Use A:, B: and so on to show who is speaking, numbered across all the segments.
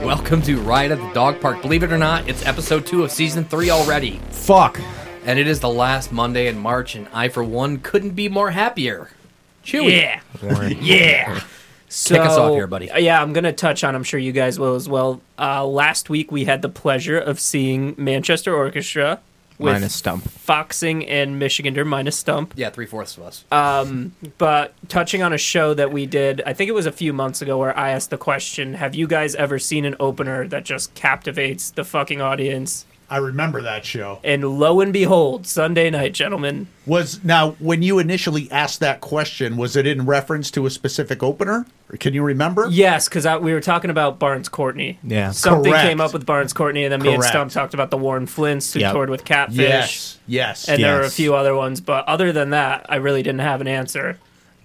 A: Welcome to Ride at the Dog Park. Believe it or not, it's episode two of season three already.
B: Fuck.
A: And it is the last Monday in March, and I, for one, couldn't be more happier. Chewy.
C: Yeah. yeah. So,
A: Kick us off here, buddy.
C: Yeah, I'm going to touch on, I'm sure you guys will as well. Uh, last week, we had the pleasure of seeing Manchester Orchestra with
B: Minus Stump.
C: Foxing and Michigander minus Stump.
A: Yeah, three fourths of us.
C: But touching on a show that we did, I think it was a few months ago, where I asked the question Have you guys ever seen an opener that just captivates the fucking audience?
D: I remember that show.
C: And lo and behold, Sunday night, gentlemen,
D: Was now when you initially asked that question, was it in reference to a specific opener? Or Can you remember?
C: Yes, because we were talking about Barnes Courtney.
B: Yeah.
C: something
D: Correct.
C: came up with Barnes Courtney, and then me and
D: Correct.
C: Stump talked about the Warren Flints who
B: Yep.
C: toured with Catfish.
D: Yes. Yes.
C: and there were a
B: Yes.
C: few other ones, but other than that, I really didn't have an answer.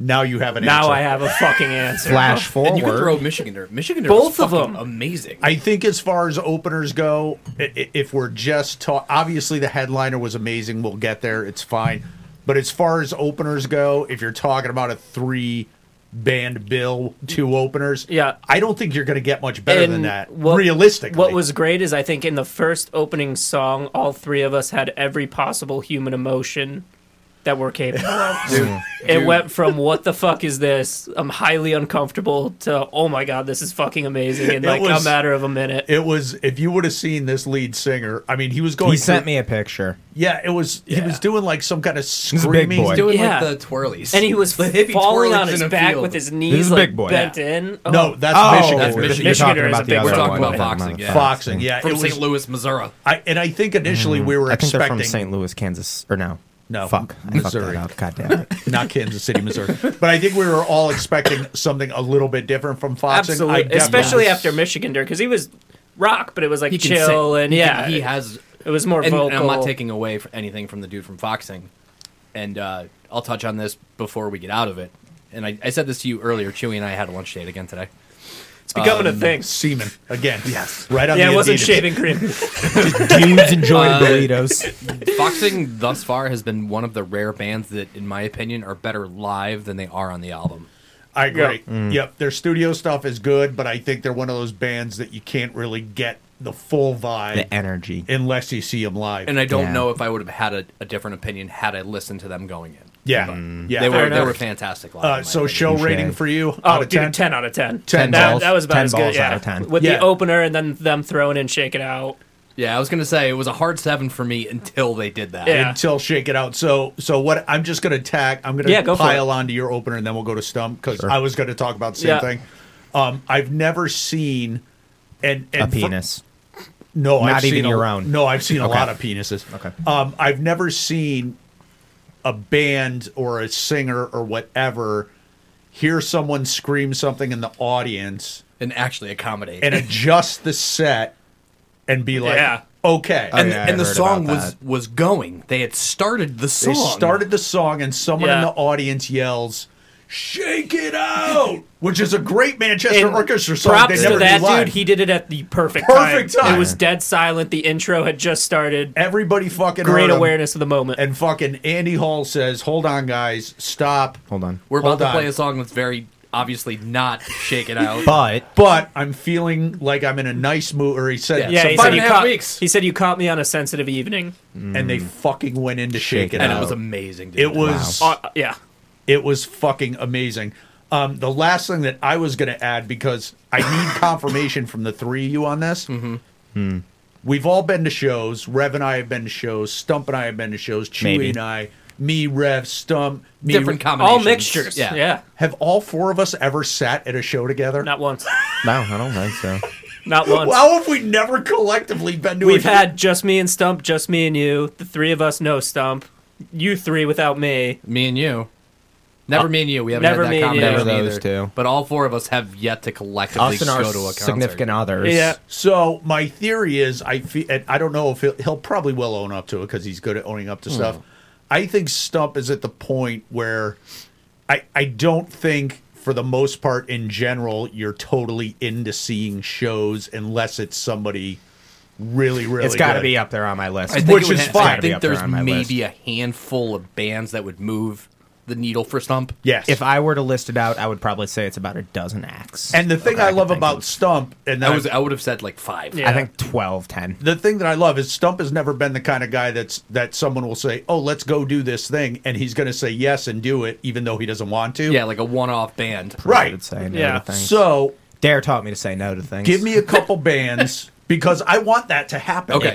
D: now you have an
C: Now
D: answer.
C: I have a fucking answer.
B: Flash forward.
A: and you can throw Michigander. Michigander
C: Both
A: was
C: of
A: fucking
C: them.
A: amazing.
D: I think as far as openers go, i- i- if we're just talk, obviously the headliner was amazing. We'll get there. It's fine. But as far as openers go, if you're talking about a three band bill, two openers,
C: Yeah.
D: I don't think you're going to get much better than
C: And
D: that.
C: what-
D: realistically,
C: what was great is I think in the first opening song, all three of us had every possible human emotion that we're capable of. it
A: Dude.
C: went from "What the fuck is this?" I'm highly uncomfortable to "Oh my god, this is fucking amazing!" in
D: It
C: like
D: was-
C: a matter of a minute.
D: It was if you would have seen this lead singer. I mean, he was going.
B: He sent
D: through-
B: me a picture.
D: Yeah, it was. He was doing like some kind of
B: a big
D: screaming.
B: boy.
A: Doing
C: Yeah.
A: like the twirlies.
C: and he was
A: the hippie
C: falling
A: twirlies
C: on his
A: in a
C: back
A: field.
C: with his knees
B: a
C: like
B: big boy.
C: bent in. Oh,
D: No, that's Michigan.
A: that's
B: you're
A: Michigan.
B: talking
C: Michigander is a
B: about the
C: big-
B: other
C: we're talking
B: one.
C: about
A: boxing, yeah.
D: Foxing. Yeah,
A: from
D: it
A: St.
D: was.
A: Louis, Missouri.
D: I, and I think initially we were
B: Mm-hmm. I think they're
D: expecting
B: from St. Louis, Kansas, or no?
D: No,
B: fuck,
D: Missouri.
B: I fucked that up. God damn it.
D: not Kansas City, Missouri, but I think we were all expecting something a little bit different from Foxing. I
C: absolutely,
D: definitely-
C: especially after Michigander because he was rock, but it was like
A: He can
C: chill
A: sing.
C: and
A: He can-
C: yeah,
A: he has.
C: it was more
A: And,
C: vocal.
A: and I'm not taking away for anything from the dude from Foxing, and uh, I'll touch on this before we get out of it. And I, I said this to you earlier. Chewy and I had a lunch date again today.
C: it's becoming
A: Oh,
C: a thing.
D: semen again. Yes, right on.
C: Yeah,
D: the
C: it wasn't
D: Adidas.
C: shaving cream.
B: Dudes enjoy burritos.
A: Foxing thus far has been one of the rare bands that, in my opinion, are better live than they are on the album.
D: I agree.
B: Mm.
D: Yep, their studio stuff is good, but I think they're one of those bands that you can't really get the full vibe
B: The energy.
D: unless you see them live.
A: And I don't
B: Yeah.
A: know if I would have had a, a different opinion had I listened to them going in.
D: yeah, yeah,
A: they
D: fair
A: were they
D: enough.
A: were fantastic live. in
D: Uh,
A: my
D: so
A: opinion.
D: show
B: Touche.
D: rating for you?
C: Oh,
D: out of
C: dude, 10?
D: 10?
C: out of 10.
D: 10
C: that,
B: balls.
C: that was about
B: 10
C: as
B: balls
C: good. Yeah.
B: out of 10.
C: With
D: Yeah.
C: the opener and then them throwing in Shake It Out.
A: yeah, I was gonna say it was a hard seven for me until they did that.
C: Yeah.
D: until shake it out. So so what I'm just gonna tack I'm gonna
C: Yeah, go for
D: pile
C: it.
D: onto your opener and then we'll go to stump because I was gonna talk about the same
C: Yeah.
D: thing. Um I've never seen and, and
B: A
D: for-
B: penis.
D: no,
B: Not
D: I've seen
B: even
D: a-
B: your own.
D: No, I've seen a
B: Okay.
D: lot of penises.
B: Okay.
D: Um I've never seen a band or a singer or whatever hear someone scream something in the audience
A: and actually accommodate.
D: and adjust the set and be like
C: Yeah.
D: okay.
A: and,
B: Oh, yeah,
A: and
B: I
A: the
B: heard
A: song
B: about
A: was
B: that.
A: was going. They had started the song.
D: They started the song, and someone in
C: Yeah.
D: the audience yells, "Shake it out," which is a great Manchester
C: And
D: Orchestra song.
C: Props
D: they never
C: to that
D: do live.
C: dude. He did it at the perfect,
D: Perfect time.
C: It was dead silent. The intro had just started.
D: Everybody fucking
C: Great
D: heard him,
C: awareness of the moment.
D: And fucking Andy Hall says, "Hold on, guys, stop."
B: Hold on.
A: We're
D: Hold
A: about to
D: on.
A: play a song that's very obviously not shake it out.
B: But
D: But I'm feeling like I'm in a nice mood. Or he said,
C: yeah,
A: so
C: he
A: five
C: said,
A: and
C: you
A: a half
C: caught,
A: weeks.
C: he said you caught me on a sensitive evening.
D: and they fucking went into Mm. shake, it
A: and
D: out.
A: it was amazing. Dude.
D: it was
C: Uh, yeah.
D: it was fucking amazing. Um, the last thing that I was going to add because I need confirmation from the three of you on this. Mm-hmm. We've all been to shows. Rev and I have been to shows. Stump and I have been to shows. Chewy
B: Maybe.
D: and I, me, Rev, Stump, me,
A: different combinations.
C: All mixtures. Yeah. yeah.
D: Have all four of us ever sat at a show together?
C: Not once.
B: no, I don't think so.
C: Not once.
D: How have we never collectively been to?
C: We've
D: a
C: had just me and Stump, just me and you. The three of us, no Stump. You three without me.
A: Me and you. Never me and you. We haven't
C: never
A: had
C: me
A: that
C: and you.
A: combination
B: Never those
A: either.
B: two.
A: But all four of us have yet to collectively
B: Us
A: go
B: and our
A: to a concert.
B: significant others.
C: Yeah.
D: So my theory is, I feel, and I don't know if he'll, he'll probably will own up to it because he's good at owning
B: Hmm.
D: up to stuff. I think Stump is at the point where I I don't think for the most part in general you're totally into seeing shows unless it's somebody really really.
B: It's got to
D: good.
B: be up there on my list.
A: I think
D: Which
A: it would
D: is
A: ha-
D: fine.
A: I
B: Gotta be
A: think
B: up there
A: there's
B: on my
A: maybe a handful of bands that would move the needle for Stump.
D: Yes.
B: If I were to list it out, I would probably say it's about a dozen acts.
D: and the thing
B: Okay,
D: I
B: can
D: love
B: think
D: about
B: of-
D: Stump, and
A: I
D: that
A: was I would have said like five.
C: Yeah.
B: I think 12, 10.
D: the thing that I love is Stump has never been the kind of guy that's that someone will say, "Oh, let's go do this thing," and he's going to say yes and do it, even though he doesn't want to.
A: Yeah, like a one-off band.
B: I would
D: right.
B: say no
C: Yeah.
B: to things.
D: So
B: Dare taught me to say no to things.
D: give me a couple bands because I want that to happen.
A: Okay. Can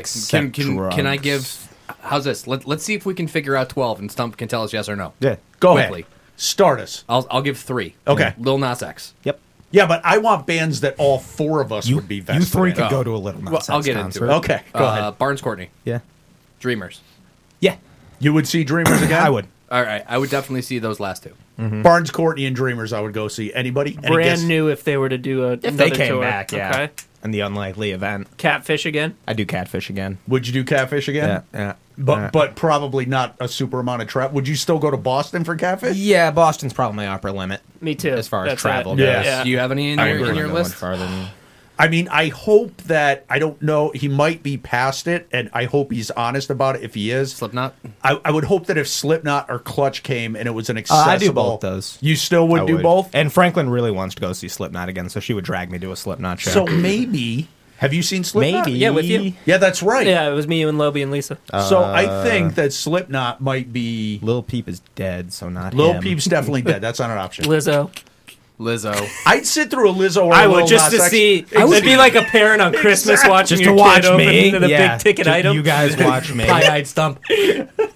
A: can,
B: Except
A: can I
B: drugs.
A: give? How's this? Let, let's see if we can figure out twelve, and Stump can tell us yes or no.
B: Yeah.
D: go
A: Quickly.
D: ahead. Start us.
A: I'll I'll give three.
D: Okay.
A: Lil Nas X.
B: Yep.
D: Yeah, but I want bands that all four of us
B: You,
D: would be
B: you
D: vested.
B: three
D: in.
B: could
A: Oh.
B: go to a little
A: Well,
B: nonsense
A: I'll get
B: concert.
A: into it.
D: Okay, go
A: Uh,
D: ahead.
A: Barnes Courtney.
B: Yeah.
A: Dreamers.
B: Yeah.
D: You would see Dreamers again.
B: I would. Mm-hmm.
A: All right. I would definitely see those last two.
D: Barnes Courtney and Dreamers. I would go see anybody. Any guess-
C: Brand new if they were to do a
B: If they came back, yeah. In the unlikely event,
C: Catfish again.
B: I do catfish again.
D: Would you do Catfish again?
B: Yeah. Yeah.
D: But
B: yeah.
D: but probably not a super amount of trap. Would you still go to Boston for Catfish?
B: Yeah, Boston's probably my upper limit.
C: Me too.
B: As far as
C: That's
B: travel
C: it.
B: goes.
D: Yeah.
A: Do you have any in
B: I
A: your,
B: agree.
A: in your
B: No one
A: list?
B: farther than-
D: I mean, I hope that I don't know. He might be past it, and I hope he's honest about it. If he is,
A: Slipknot.
D: I, I would hope that if Slipknot or Clutch came and it was an
B: Uh,
D: accessible,
B: I do both those.
D: You still would
B: I
D: do both.
B: And Franklin really wants to go see Slipknot again, so she would drag me to a Slipknot show.
D: So maybe have you seen Slipknot?
B: Maybe.
C: Yeah, with you.
D: Yeah, that's right.
C: Yeah, it was me, you, and Lobie, and Lisa.
B: Uh,
D: So I think that Slipknot might be
B: Lil Peep is dead, so not
D: Lil
B: him.
D: Peep's definitely dead. That's not an option.
C: Lizzo.
A: Lizzo.
D: I'd sit through a Lizzo or a
C: I
D: Lil
C: would just
D: Nas
C: to
D: X.
C: see.
D: Exactly.
C: I would be like a parent on Christmas
D: Exactly.
C: watching
B: just
C: your
B: to watch
C: kid
B: me.
C: open the
B: yeah.
C: big ticket
B: Ju-
C: item.
B: You guys watch me.
A: Pie-eyed Stump.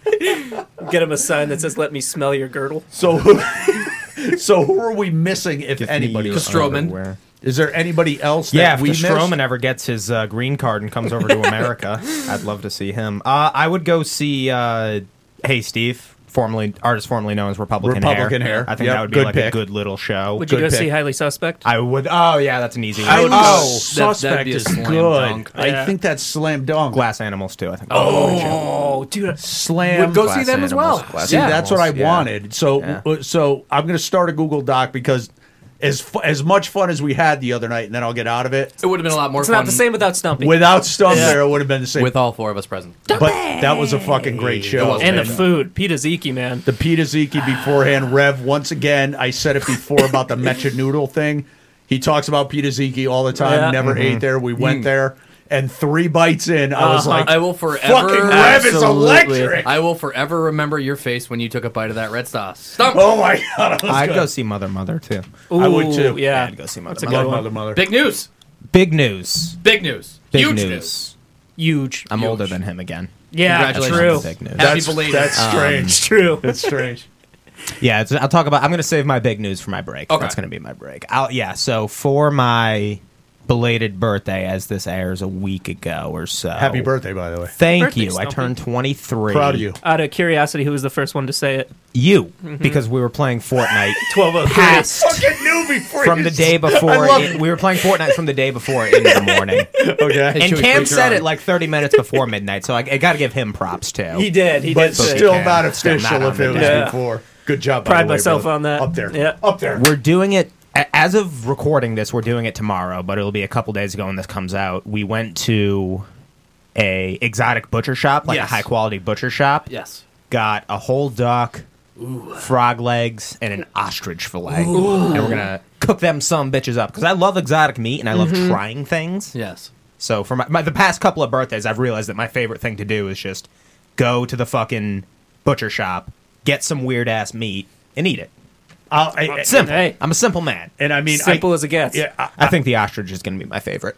C: Get him a sign that says "Let me smell your girdle."
D: So who, so who are we missing if
B: Give me
D: anybody?
B: your
A: Stroman.
B: underwear.
D: Is there anybody else that
B: Yeah, if
D: we
B: the
D: missed?
B: Stroman ever gets his uh, green card and comes over to America, I'd love to see him. Uh, I would go see uh, Hey Steve, formerly artist formerly known as Republican,
D: Republican Hair.
B: I think
D: Yep,
B: that would be
D: good
B: like a
D: pick.
B: good little show.
C: Would you
D: Good
C: go see
D: pick.
C: Highly Suspect?
B: I would. Oh yeah, that's an easy. one.
D: I would
B: oh,
A: that-
D: suspect
A: that'd be a
D: is
A: slam
D: good.
A: dunk.
D: I
C: Yeah.
D: think that's slam dunk.
B: Glass Animals too. I think.
C: oh, dude.
D: Slam.
A: Would go
B: Glass
A: see them as
B: Animals,
A: well.
B: Glass
D: See,
A: yeah.
D: that's what I
B: Yeah.
D: wanted. So
B: Yeah.
D: uh, so I'm going to start a Google Doc because as fu- as much fun as we had the other night, and then I'll get out of it.
A: It would have been a lot more
C: It's
A: fun
C: not the same without Stumpy.
D: Without Stump
C: Yeah.
D: there, it would have been the same.
A: with all four of us present.
D: but that was a fucking great show.
A: was
C: and the
A: Yeah.
C: food, Pita Ziki, man.
D: The Pete Ziki beforehand, Rev, once again, I said it before about the Mecha Noodle thing. He talks about Pete Ziki all the time,
C: Yeah.
D: never
A: Mm-hmm.
D: ate there. We went there, and three bites in, I was
C: Uh-huh.
D: like,
A: Mm. I will forever.
D: fucking Rev is
C: Absolutely.
D: electric.
A: I will forever remember your face when you took a bite of that red sauce. Stump.
D: oh my God.
B: I'd go see Mother Mother too.
D: I would
C: Ooh,
D: too.
C: Yeah,
B: I'd go see Mother
C: That's a
D: I
B: Mother.
C: good
D: love
C: one.
D: Mother Mother.
A: Big news.
B: Big news.
A: Big news.
B: Big
A: Huge
B: news.
A: news.
C: Huge.
B: I'm
A: Huge.
B: older than him again.
C: yeah,
A: Congratulations.
C: true.
B: That's big news.
A: Happy
D: That's,
A: belated. Um,
D: that's
C: It's
D: strange.
C: true.
D: That's strange.
B: Yeah, it's, I'll talk about. I'm going to save my big news for my break.
A: Okay.
B: That's going to be my break. I'll, yeah. So for my belated birthday, as this airs a week ago or so.
D: Happy birthday, by the way.
B: Thank
C: Birthday,
B: you. I
C: Stumpy.
B: turned 23.
D: Proud of you.
C: Out of curiosity, who was the first one to say it?
B: You, because we were playing Fortnite.
C: Mm-hmm. Twelve oh three.
B: Past
D: Fucking knew before
B: from
D: you
B: the
D: said-
B: day before,
D: love
B: it- we were playing Fortnite from the day before into the morning,
D: Okay.
B: and
A: Chewy,
B: Cam
A: please, you're
B: said
A: on.
B: it like 30 minutes before midnight. So I, I got to give him props too.
C: He did. He
D: But
C: did. say it.
D: still
B: Cam,
D: not
B: still
D: official
B: not on
D: if it
B: the
D: was
C: day.
D: before. Good job. by
C: Pride
D: the way,
C: myself
D: brother.
C: on that.
D: Up there.
C: Yeah.
D: Up there.
B: We're doing it a- as of recording this. We're doing it tomorrow, but it'll be a couple days ago when this comes out. We went to a exotic butcher shop, like
A: Yes.
B: a high quality butcher shop.
A: Yes.
B: Got a whole duck, frog legs, and an ostrich fillet, and we're gonna cook them some bitches up because I love exotic meat and I
C: Mm-hmm.
B: love trying things.
A: Yes.
B: So for my, my the past couple of birthdays, I've realized that my favorite thing to do is just go to the fucking butcher shop, get some weird ass meat, and eat it.
D: I'll- I-
B: Simple.
C: Hey.
B: I'm a simple man.
D: And I mean,
C: Simple
D: I,
C: as it gets.
D: yeah, I-
B: I think the ostrich is going to be my favorite.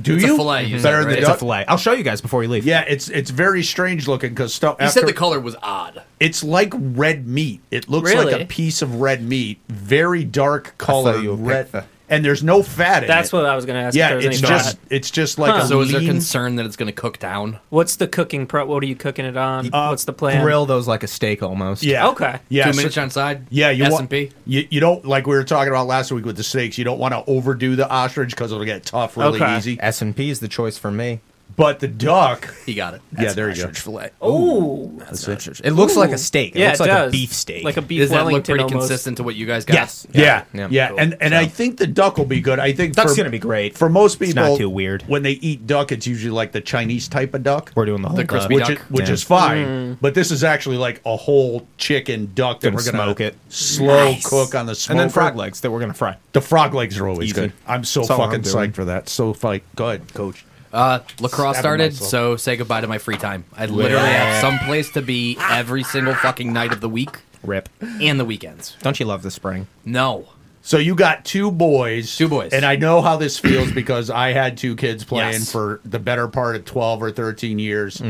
D: do
A: It's a
D: you
A: fillet, you said,
D: better than
A: right?
D: the
B: It's a
D: duck?
B: fillet. I'll show you guys before we leave.
D: Yeah, it's it's very strange looking because stuff.
A: He
D: after,
A: said the color was odd.
D: It's like red meat. It looks like
C: Really?
D: a piece of red meat, very dark color,
B: you would
D: red,
B: pick the-
D: and there's no fat in it.
C: That's what I was going to ask. if
D: Yeah,
C: there was
D: it's
C: any
D: just
C: fat.
D: it's just like
C: Huh.
D: a
A: So is there
D: lean-
A: concern that it's going to cook down?
C: What's the cooking prep? What are you cooking it on?
D: Uh,
C: What's the plan?
B: Grill those like a steak almost.
D: Yeah.
C: Okay.
D: Yeah.
A: Two
D: so-
A: minutes on side.
D: yeah, you
A: S
D: want
A: and P.
D: you, you don't like we were talking about last week with the steaks. You don't want to overdo the ostrich because it'll get tough really
C: Okay.
D: easy.
B: S and P is the choice for me.
D: But the duck,
A: He got it.
D: yeah, there you go.
B: Ostrich fillet.
C: Oh,
B: That's ostrich. It looks like a steak. It
C: yeah,
B: looks
C: it
B: like
C: does.
B: a beef steak.
C: like a beef
A: Does that
C: Wellington
A: look pretty
C: almost.
A: consistent to what you guys got?
B: yes.
D: Yeah, yeah,
B: Yeah.
A: Cool.
D: and and I think the duck will be good. I think
B: Duck's
D: for-
B: gonna be great.
D: for most people.
B: It's not too weird.
D: when they eat duck. It's usually like the Chinese type of duck,
B: We're doing the whole
A: The
B: club.
A: crispy
D: which
A: duck. Mm.
D: is, which
B: Yeah.
D: is fine. But this is actually like a whole chicken duck that
B: Gonna
D: we're gonna
B: smoke it.
D: slow cook on the smoker.
B: and then frog legs that we're gonna fry.
D: The frog legs are always
B: Easy.
D: good. I'm so
B: That's all
D: fucking
B: I'm doing.
D: psyched for that. So like, go ahead, coach.
A: Uh, lacrosse
D: Stabbing
A: started,
D: myself.
A: so say goodbye to my free time. I literally have some place to be every single fucking night of the week
B: Rip.
A: and the weekends.
B: Don't you love the spring?
A: No.
D: So you got two boys,
A: Two boys.
D: and I know how this feels because I had two kids playing
A: Yes.
D: for the better part of twelve or thirteen years,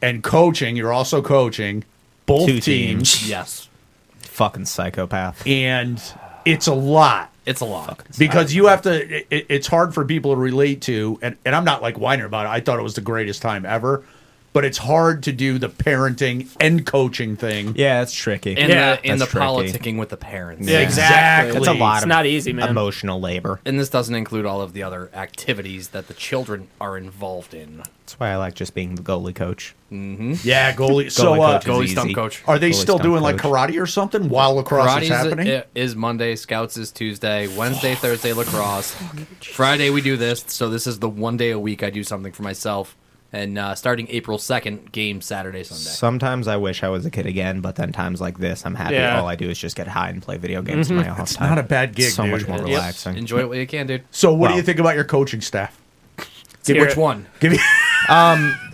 D: and coaching. You're also coaching both
B: Mm-hmm. Two
D: teams,
A: Yes.
B: Fucking psychopath.
D: and it's a lot
A: It's a lot.
D: because you have to. It, it- it's hard for people to relate to, and and I'm not like whining about it. I thought it was the greatest time ever, but it's hard to do the parenting and coaching thing.
B: Yeah, it's tricky.
A: And
C: Yeah.
A: the, and the
B: That's tricky.
A: politicking with the parents.
C: Yeah, exactly.
B: That's a lot
C: It's
B: of
C: not easy, man.
B: emotional labor.
A: And this doesn't include all of the other activities that the children are involved in.
B: That's why I like just being the goalie coach.
D: Yeah, goalie. so
B: Goalie
D: uh,
B: coach is
A: Goalie
B: easy.
A: stump coach.
D: Are they
B: Goalie
D: still
B: stump
D: doing like
B: coach.
D: karate or something while lacrosse
A: Karate
D: is
A: is,
D: happening?
A: i- is Monday, Scouts is Tuesday, Wednesday, Thursday, lacrosse. Friday, we do this. So this is the one day a week I do something for myself. And uh, starting April 2nd, game Saturday, Sunday.
B: Sometimes I wish I was a kid again, but then times like this, I'm happy.
C: Yeah.
B: All I do is just get high and play video games in my off
D: It's
B: time.
D: not a bad gig,
B: so much
D: dude.
B: more
D: Yep.
B: relaxing.
A: Enjoy it while you can, dude.
D: so, what do
B: Wow.
D: you think about your coaching staff?
C: Let's hear
A: Which
C: it.
A: one?
D: Give me.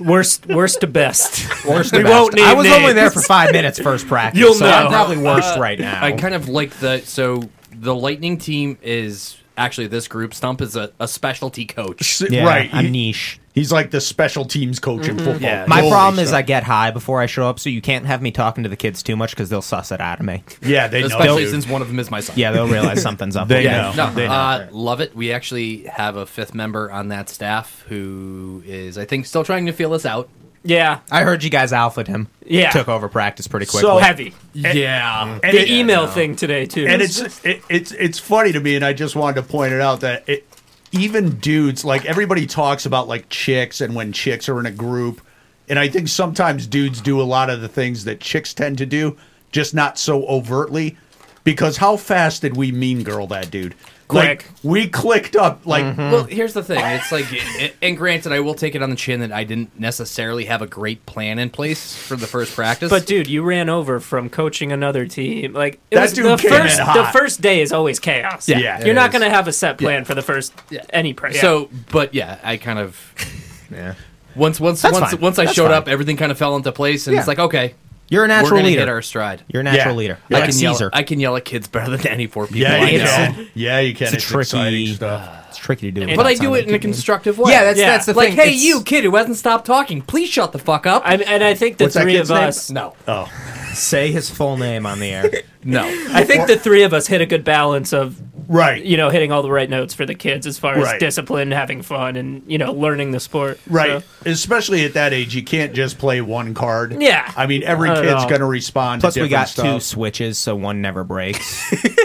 C: Worst, worst to best.
B: Worst
C: We
B: to best.
C: won't need
B: I was only
C: names.
B: there for five minutes first practice.
C: You'll
B: so
C: know.
B: I'm probably worst right now.
A: I kind of like the so the Lightning team is actually this group. Stump is a, a specialty coach.
B: yeah,
D: right.
B: I'm
D: he-
B: niche.
D: he's like the special teams coach
C: Mm-hmm.
D: in football.
A: Yeah.
B: My
D: Holy
B: problem is
D: shit.
B: I get high before I show up, so you can't have me talking to the kids too much because they'll suss it out of me.
D: yeah, they know.
A: Especially
D: dude.
A: since one of them is my son.
B: Yeah, they'll realize something's up.
D: They
B: with me.
D: know.
A: No,
D: They know.
A: uh, love it. We actually have a fifth member on that staff who is, I think, still trying to feel us out.
C: Yeah,
B: I heard you guys alphaed him.
C: Yeah.
B: took over practice pretty quickly.
C: so heavy.
A: yeah,
D: Oh, and
C: The
D: it-
C: email thing today too.
D: and it's it, it's it's funny to me, and I just wanted to point it out that it, even dudes like everybody talks about like chicks and when chicks are in a group, and I think sometimes dudes do a lot of the things that chicks tend to do, just not so overtly. Because how fast did we mean girl that dude?
C: Quick.
D: Like we clicked up like
B: Mm-hmm. Mm.
A: Well, here's the thing. It's like, it, and granted, I will take it on the chin that I didn't necessarily have a great plan in place for the first practice.
C: But dude, you ran over from coaching another team. Like it
D: That
C: was
D: dude
C: the
D: came
C: first
D: in hot.
C: the first day is always chaos.
D: Yeah. Yeah,
C: You're
D: it
C: not
A: is.
C: going to have a set plan for the first any practice.
A: so, but yeah, I kind of
B: yeah.
A: once once
B: That's
A: once
B: fine.
A: once I
B: That's
A: showed
B: fine.
A: up, everything kind of fell into place, and
B: Yeah.
A: it's like, okay,
B: You're a
A: we're
B: natural
A: gonna
B: leader.
A: hit our stride.
B: You're a natural
D: Yeah.
B: leader.
D: You're
B: like
A: I can
B: Caesar.
A: yell. I can yell at kids better than any four people.
D: Yeah,
A: I
D: you
A: know.
D: can. Yeah, you can.
B: it's a tricky.
D: exciting stuff.
B: It's tricky to do.
A: But
B: without
A: I do
B: sounding
A: it in a
B: too mean.
A: constructive way.
B: Yeah, that's- Yeah. that's the
A: like,
B: thing.
A: hey,
B: It's-
A: you kid who hasn't stopped talking, please shut the fuck up.
C: I mean, and I think the
D: What's that
C: three
D: kid's
C: of
D: name?
C: us
A: no,
D: Oh,
B: Say his full name on the air.
A: no.
C: I think the three of us hit a good balance of
D: right.
C: you know hitting all the right notes for the kids as far
D: Right.
C: as discipline, having fun, and you know learning the sport. So-
D: Right. Especially at that age, you can't just play one card.
C: Yeah.
D: I mean, every
C: Not at
D: kid's
C: all.
D: going to respond
B: Plus,
D: to
B: we
D: different
B: got two
D: stuff.
B: switches, so one never breaks.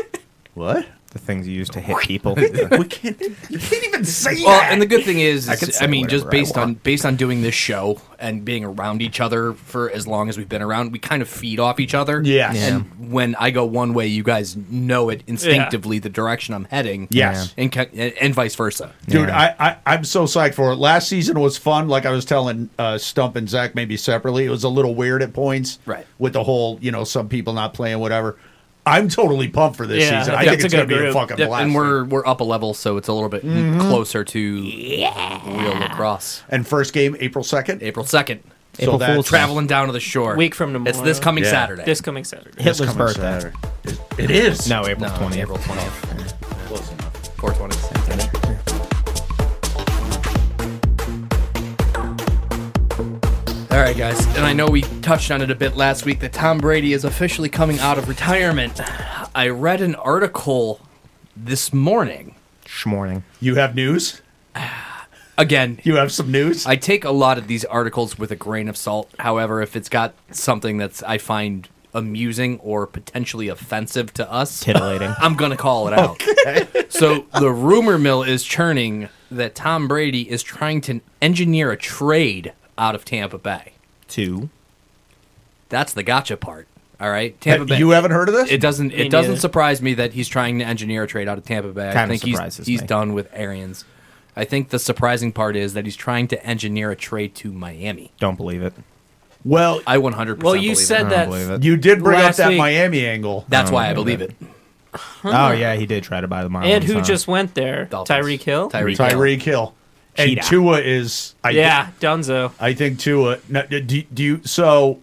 D: What?
B: the things you use to hit people.
D: We can't, you can't even say
A: Well,
D: that.
A: and the good thing is,
B: I
A: is-
B: could say
A: I, mean,
B: whatever
A: just based
B: I
A: on
B: want.
A: based on doing this show and being around each other for as long as we've been around, we kind of feed off each other.
D: Yes. Yeah.
A: And when I go one way, you guys know it instinctively the direction I'm heading.
D: Yes.
A: And ca- and, and vice versa.
D: Dude,
B: Yeah.
D: I, I, I'm so psyched for it. Last season was fun. Like I was telling uh, Stump and Zach, maybe separately, it was a little weird at points.
A: Right.
D: With the whole, you know, some people not playing, whatever. I'm totally pumped for this
C: Yeah,
D: season.
C: I
D: I
C: think
D: think
C: it's
D: it's
C: a
D: going
C: good
D: to be a
C: group.
D: fucking
A: Yeah,
D: blast.
A: and we're we're up a level, so it's a little bit
B: Mm-hmm.
A: closer to real lacrosse.
D: And first game, April 2nd.
A: April second,
B: April
D: that's-
B: Fool's Day.
A: traveling down to the shore.
C: Week from tomorrow.
A: It's this coming
D: Yeah.
A: Saturday.
C: This coming Saturday.
D: This
B: Hitler's
D: coming
B: birthday.
D: Saturday. It is.
B: No, April
A: no, it's
B: twentieth.
A: April twentieth. Four twenty. All right, guys, and I know we touched on it a bit last week that Tom Brady is officially coming out of retirement. I read an article this morning.
B: Schmorning.
D: You have news?
A: Again,
D: You have some news?
A: I take a lot of these articles with a grain of salt. However, if it's got something that's I find amusing or potentially offensive to us,
B: Titillating.
A: I'm gonna call it out. So the rumor mill is churning that Tom Brady is trying to engineer a trade out of Tampa Bay.
B: Two.
A: That's the gotcha part. All right, Tampa Bay.
D: You haven't heard of this?
A: it doesn't.
C: Me
A: It doesn't
C: neither.
A: surprise me that he's trying to engineer a trade out of Tampa Bay. I
B: Kinda
A: think he's
B: surprises
A: he's
B: me.
A: done with Arians. I think the surprising part is that he's trying to engineer a trade to Miami.
B: Don't believe it.
D: well,
A: I 100. percent
C: Well, you said
B: don't
C: that.
B: believe it.
D: you did bring up
C: Last
D: that
C: week-
D: Miami angle.
A: That's
B: Oh,
A: why I
B: yeah.
A: believe it.
B: Oh yeah, he did try to buy the Marlins.
C: And who
B: huh?
C: just went there?
A: Dolphins.
C: Tyreek Hill.
A: Tyreek.
D: Tyreek Hill. And
B: Cheetah.
D: Tua is. I
C: Yeah, Dunzo.
D: I think Tua. No, do, do you? So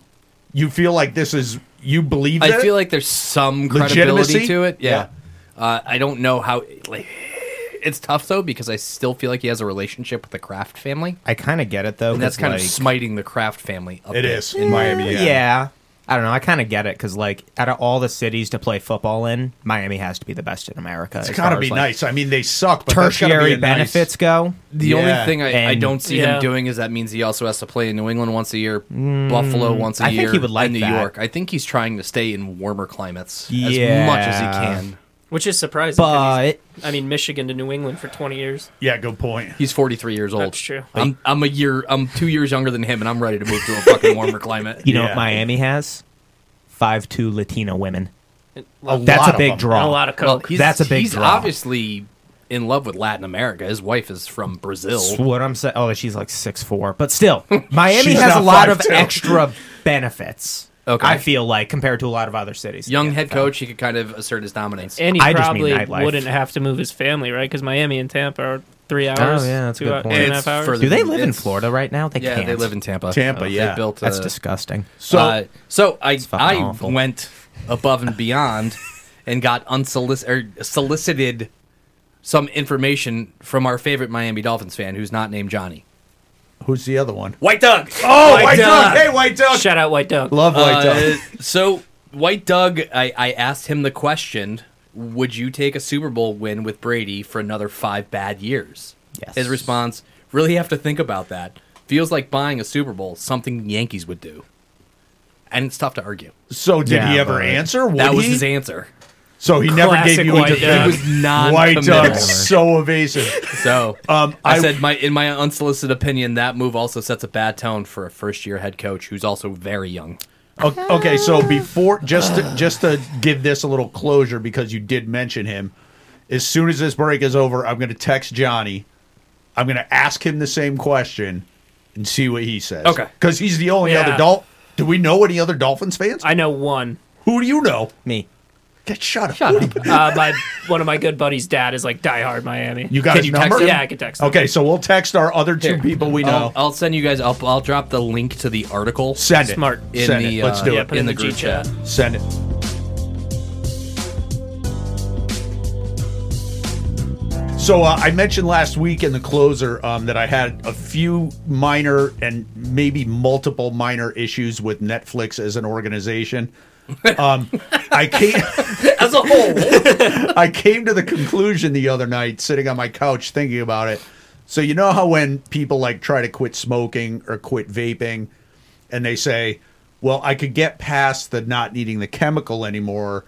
D: you feel like this is you believe?
A: I
D: it?
A: feel like there's some
D: Legitimacy?
A: credibility to it. Yeah. Uh, I don't know how. Like, it's tough though because I still feel like he has a relationship with the Kraft family,
B: I kind of get it though.
A: and that's
B: 'cause,
A: kind
B: like,
A: of smiting the Kraft family. a
D: it
A: bit.
D: is in Miami.
B: Yeah.
D: Yeah.
B: I don't know. I kind of get it because, like, out of all the cities to play football in, Miami has to be the best in America.
D: It's gotta be nice. I mean, they suck. But that's gotta be
B: Tertiary
D: a nice-
B: benefits go.
A: The
D: Yeah.
A: only thing I, I
B: And-
A: don't see
C: Yeah.
A: him doing is that means he also has to play in New England once a year, Buffalo once a
B: Mm, I think
A: year,
B: he would like
A: and New
B: that.
A: York. I think he's trying to stay in warmer climates
B: Yeah.
A: as much as he can.
C: Which is surprising. 'cause he's-
B: But
C: I mean, Michigan to New England for 20 years.
D: Yeah, good point.
A: He's 43 years old.
C: That's true.
A: I'm, I'm a year, I'm two years younger than him, and I'm ready to move to a fucking warmer climate.
B: you know
D: Yeah.
B: what Miami has? Five two Latino women.
D: A
B: That's
D: lot
B: a
D: of
B: big
D: them.
B: draw.
C: a lot of
A: Well,
C: coke.
A: he's,
B: That's a big
A: He's
B: draw.
A: obviously in love with Latin America. His wife is from Brazil.
B: That's what I'm saying. Oh, she's like six four, but still, Miami
D: She's
B: has a
D: not
B: lot of
D: 5'2".
B: extra benefits.
A: Okay.
B: I feel like compared to a lot of other cities.
A: Young head coach, he could kind of assert his dominance.
C: and he
B: I just
C: probably
B: mean nightlife.
C: wouldn't have to move his family, right? Because Miami and Tampa are three hours.
B: Oh, yeah, that's
C: two
B: a good
C: hou-
B: point.
C: Two and a
A: It's
C: half hours.
A: further-
B: Do they live in
A: It's-
B: Florida right now? They
A: yeah,
B: can't.
A: they live in uh, Tampa.
D: Tampa,
A: They
D: yeah.
A: built a,
B: That's disgusting.
D: So
A: uh, so I
B: fucking
A: I
B: awful.
A: went above and beyond and got unsolicited or solicited some information from our favorite Miami Dolphins fan who's not named Johnny.
D: who's the other one?
A: White Doug.
D: Oh, White,
C: Doug.
D: Doug. Hey, White Doug.
C: Shout out White Doug.
D: Love White
A: Uh,
D: Doug.
A: so White Doug, I, I asked him the question: Would you take a Super Bowl win with Brady for another five bad years?
B: Yes.
A: His response: Really have to think about that. Feels like buying a Super Bowl, something Yankees would do, and it's tough to argue.
D: So did
B: Yeah,
D: he ever
B: but-
D: answer? Would
A: that was
D: he?
A: his answer.
D: So he never
C: Classic
D: gave you
C: White
D: a
C: Doug.
A: It
C: Yeah.
D: defense.
A: was non
D: White Doug,
A: committal.
D: so evasive.
A: So
D: Um,
A: I,
D: I-
A: said my in my unsolicited opinion that move also sets a bad tone for a first year head coach who's also very young.
D: O- Okay, so before just to, just to give this a little closure because you did mention him. As soon as this break is over, I'm going to text Johnny. I'm going to ask him the same question and see what he says.
A: Okay.
D: because he's the only
C: Yeah.
D: other Dolph. Do we know any other Dolphins fans?
C: I know one.
D: Who do you know?
B: Me.
D: Get shut up.
C: Uh, my one of my good buddies' dad is like diehard Miami.
D: You got
A: Can
D: his
A: you text
D: number?
A: him?
C: Yeah, I could text. Him.
D: Okay, so we'll text our other two
A: Here.
D: people we know.
A: I'll, I'll send you guys. I'll, I'll drop the link to the article.
D: Send it.
C: Smart.
A: in
D: Send
A: the
D: it. Let's
A: uh,
D: do
C: Yeah,
D: it.
C: put
A: in
C: it in
A: the
C: the
A: group
C: G-chat.
A: chat.
D: Send it. So uh, I mentioned last week in the closer um, that I had a few minor and maybe multiple minor issues with Netflix as an organization. Um, I came.
A: As a whole,
D: I came to the conclusion the other night, sitting on my couch thinking about it. So you know how when people like try to quit smoking or quit vaping, and they say, "Well, I could get past the not needing the chemical anymore,"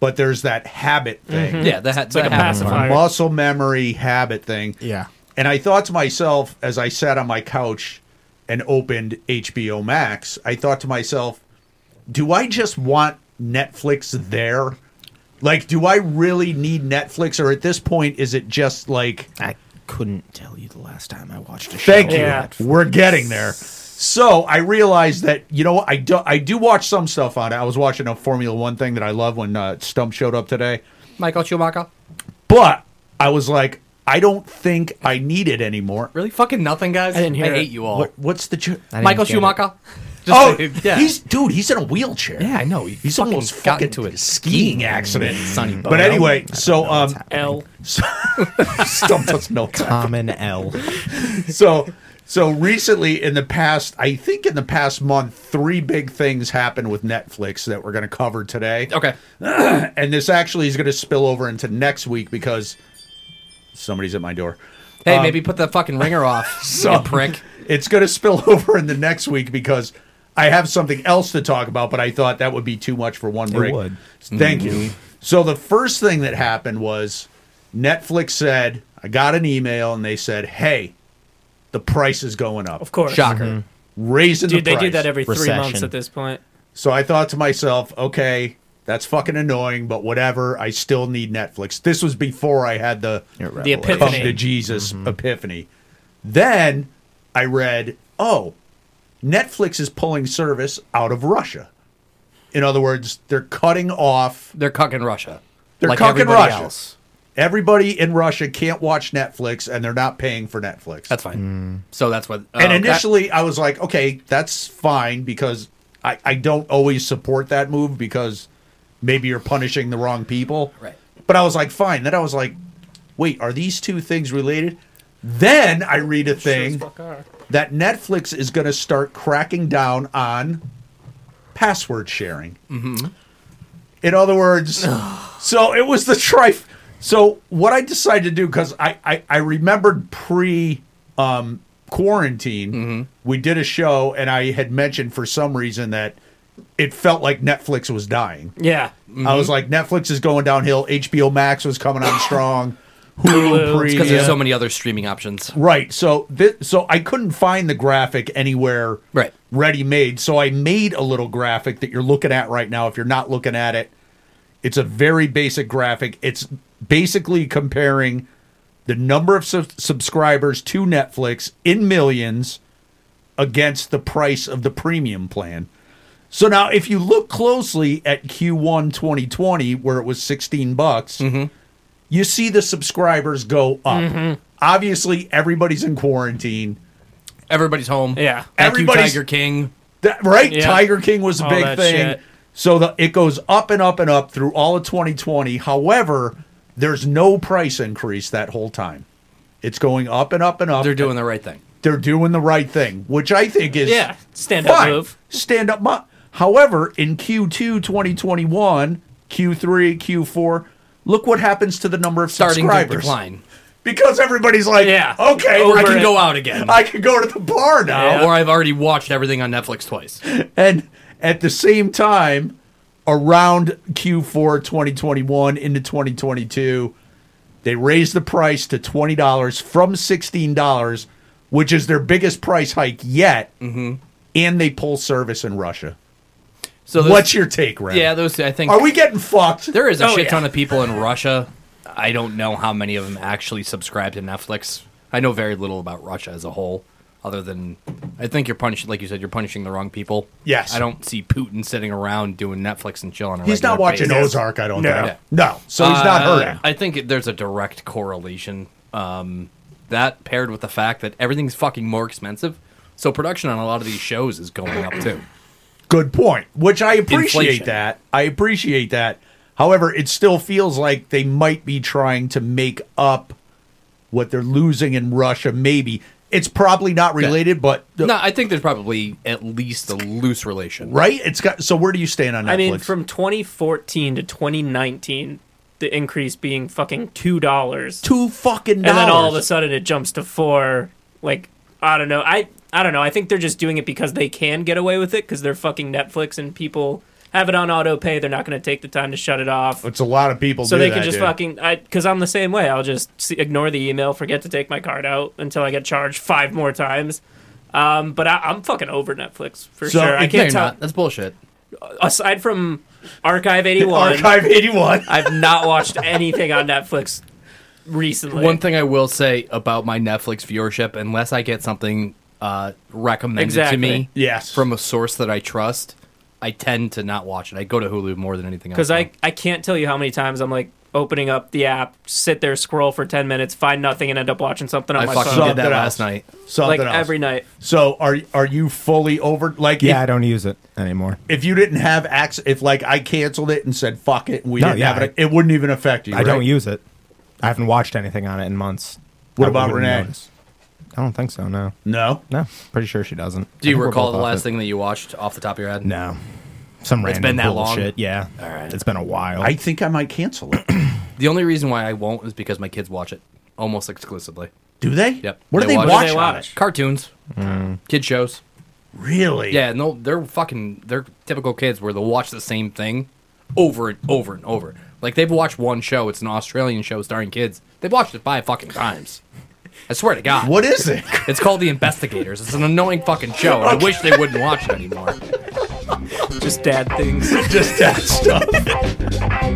D: but there's that habit thing,
A: Mm-hmm. yeah, that,
C: like
A: that
C: a
A: happened.
C: pacifier. Fire.
D: muscle memory habit thing.
B: Yeah.
D: And I thought to myself as I sat on my couch and opened HBO Max, I thought to myself, do I just want Netflix there? Like, do I really need Netflix? Or at this point, is it just like,
B: I couldn't tell you the last time I watched a show.
D: thank you,
C: Yeah.
D: we're getting there? So I realized that you know what, I do I do watch some stuff on it. I was watching a Formula One thing that I love when uh, Stump showed up today.
A: Michael Schumacher,
D: But I was like, I don't think I need it anymore.
A: really fucking nothing, guys.
C: I didn't hear it.
A: hate you all.
D: What, what's the ju-
B: I didn't
A: Michael
B: get it.
A: Schumacher.
D: Oh,
A: like, yeah.
D: he's dude. He's in a wheelchair.
A: yeah, I know. He
D: he's
A: fucking
D: almost
A: got
D: fucking
A: into a
D: skiing accident.
A: Sonny Bono.
D: But anyway, so
B: know what's
D: um,
B: happening.
C: L.
D: Stump doesn't know.
B: Common L.
D: So so recently in the past, I think in the past month, three big things happened with Netflix that we're going to cover today.
A: okay,
D: and this actually is going to spill over into next week because somebody's at my door.
A: hey,
D: Um,
A: maybe put the fucking ringer off, you prick.
D: It's going to spill over into next week because I have something else to talk about, but I thought that would be too much for one break.
B: would.
C: Mm-hmm.
D: Thank you. So the first thing that happened was Netflix said, I got an email and they said, "Hey, the price is going up.
C: Of course.
A: Shocker.
B: Mm-hmm.
D: raising
C: Dude,
D: the
C: they
D: price."
C: do that every three months
B: Recession.
C: at this point.
D: So I thought to myself, okay, that's fucking annoying, but whatever. I still need Netflix. This was before I had the
C: The
D: come
C: epiphany.
D: to Jesus epiphany. Then I read, oh, Netflix is pulling service out of Russia. In other words, they're cutting off
A: They're cucking Russia.
D: They're
A: like
D: cucking
A: everybody
D: Russia.
A: Else.
D: everybody in Russia can't watch Netflix, and they're not paying for Netflix.
A: That's fine. So that's what.
D: and
A: uh,
D: initially, I was like, okay, that's fine because I, I don't always support that move because maybe you're punishing the wrong people.
A: Right.
D: But I was like, fine. Then I was like, wait, are these two things related? Then I read a thing that Netflix is going to start cracking down on password sharing. In other words, so it was the trife. So what I decided to do because I, I I remembered pre um, quarantine we did a show and I had mentioned for some reason that it felt like Netflix was dying.
C: Yeah.
D: I was like Netflix is going downhill. HBO Max was coming on strong.
C: Hulu.
D: Hulu
C: It's
A: because
D: Premium.
A: there's so many other streaming options.
D: Right. So this, so I couldn't find the graphic anywhere
A: Right.
D: ready made. So I made a little graphic that you're looking at right now. If you're not looking at it, it's a very basic graphic. It's basically comparing the number of sub- subscribers to Netflix in millions against the price of the premium plan. So now if you look closely at Q1 2020 where it was 16 bucks, you see the subscribers go up.
C: Mm-hmm.
D: Obviously everybody's in quarantine.
A: Everybody's home.
C: Yeah.
A: Thank
D: Everybody's-
A: you, Tiger King.
D: That, right?
C: Yeah.
D: Tiger King was a
C: All
D: big
C: that
D: thing.
C: shit.
D: So the, it goes up and up and up through all of 2020. However, there's no price increase that whole time. It's going up and up and up.
A: They're doing the right thing.
D: They're doing the right thing, which I think is
C: Yeah. Stand up
D: fine.
C: move.
D: Stand up. Mo- However, in Q2 2021, Q3, Q4, look what happens to the number of
A: Starting to
D: subscribers.
A: decline.
D: Because everybody's like,
C: Yeah.
D: okay,
C: Over
A: I
D: I
A: can
C: it.
D: can,
A: go out again.
D: I can go to the bar now.
C: Yeah.
A: Or I've already watched everything on Netflix twice.
D: And at the same time, around Q4 2021 into 2022, they raised the price to $20 from $16, which is their biggest price hike yet. And they pull service in Russia.
A: So there's-
D: What's your take, Ren?
A: Yeah, those I think
D: Are we getting fucked?
A: there is a
C: Oh,
A: shit
C: yeah.
A: ton of people in Russia. I don't know how many of them actually subscribe to Netflix. I know very little about Russia as a whole, other than I think you're punishing, like you said, you're punishing the wrong people.
D: Yes.
A: I don't see Putin sitting around doing Netflix and chilling.
D: He's not watching
A: basis.
D: Ozark, I don't
C: No.
D: think. No. So he's not
A: Uh,
D: hurting.
A: I think it- there's a direct correlation. Um, that paired with the fact that everything's fucking more expensive, so production on a lot of these shows is going up too.
D: Good point. Which I appreciate
A: Inflation.
D: that. I appreciate that. However, it still feels like they might be trying to make up what they're losing in Russia. Maybe it's probably not related, but
A: No, I think there's probably at least a loose relation.
D: right? It's got. So where do you stand on Netflix?
C: I mean, from 2014 to 2019, the increase being fucking two dollars,
D: two fucking dollars.
C: and then all of a sudden it jumps to four. Like I don't know. I I don't know. I think they're just doing it because they can get away with it because they're fucking Netflix and people have it on auto pay. They're not going to take the time to shut it off.
D: it's a lot of people.
C: So
D: do
C: they
D: that,
C: can just
D: dude.
C: fucking I because I'm the same way. I'll just see, ignore the email, forget to take my card out until I get charged five more times. Um, but I, I'm fucking over Netflix for
D: So
C: sure. I
A: No,
D: if
C: can't
A: you're
C: tell.
A: not. That's bullshit.
C: Aside from Archive 81,
D: Archive eighty one.
C: I've not watched anything on Netflix recently.
A: One thing I will say about my Netflix viewership, unless I get something uh, recommended
C: Exactly.
A: to me
D: Yes.
A: from a source that I trust, I tend to not watch it. I go to Hulu more than anything else.
C: because
A: now.
C: I I can't tell you how many times I'm like opening up the app, sit there, scroll for 10 minutes, find nothing, and end up watching something on
A: I
C: my
A: fucking
C: phone.
A: did that
D: Something
A: last
D: else.
A: night.
D: Something
C: Like
D: else.
C: every night.
D: So are are you fully over? Like
B: Yeah, I
D: if,
B: don't use it anymore.
D: if you didn't have access, if like I canceled it and said fuck it, and we
B: No,
D: didn't
B: yeah,
D: have it, it wouldn't even affect you.
B: I don't
D: right?
B: use it. I haven't watched anything on it in months.
D: What
B: I
D: about
B: wouldn't
D: Renee?
B: notice. I don't think so. No,
D: No.
B: no. Pretty sure she doesn't.
A: Do
B: I
A: you
B: think we're
A: recall
B: both
A: the
B: off
A: last
B: it.
A: thing that you watched off the top of your head?
B: No. Some random
A: been that long?
B: bullshit. Yeah. All right. It's been a while.
D: I think I might cancel it.
A: The only reason why I won't is because my kids watch it almost exclusively.
D: Do they?
A: Yep.
D: What do
A: They
D: they,
A: watch-
D: watch? Hmm.
A: What
C: do they
D: on
C: watch?
D: it?
A: Cartoons, kid shows.
D: Really?
A: Yeah, no, they're fucking. They're typical kids where they'll watch the same thing over and over and over. Like they've watched one show. It's an Australian show starring kids. They've watched it five fucking times. I swear to God.
D: What is it?
A: It's called The Investigators. It's an annoying fucking show. and I wish they wouldn't watch it anymore.
C: Just dad things.
D: Just that stuff.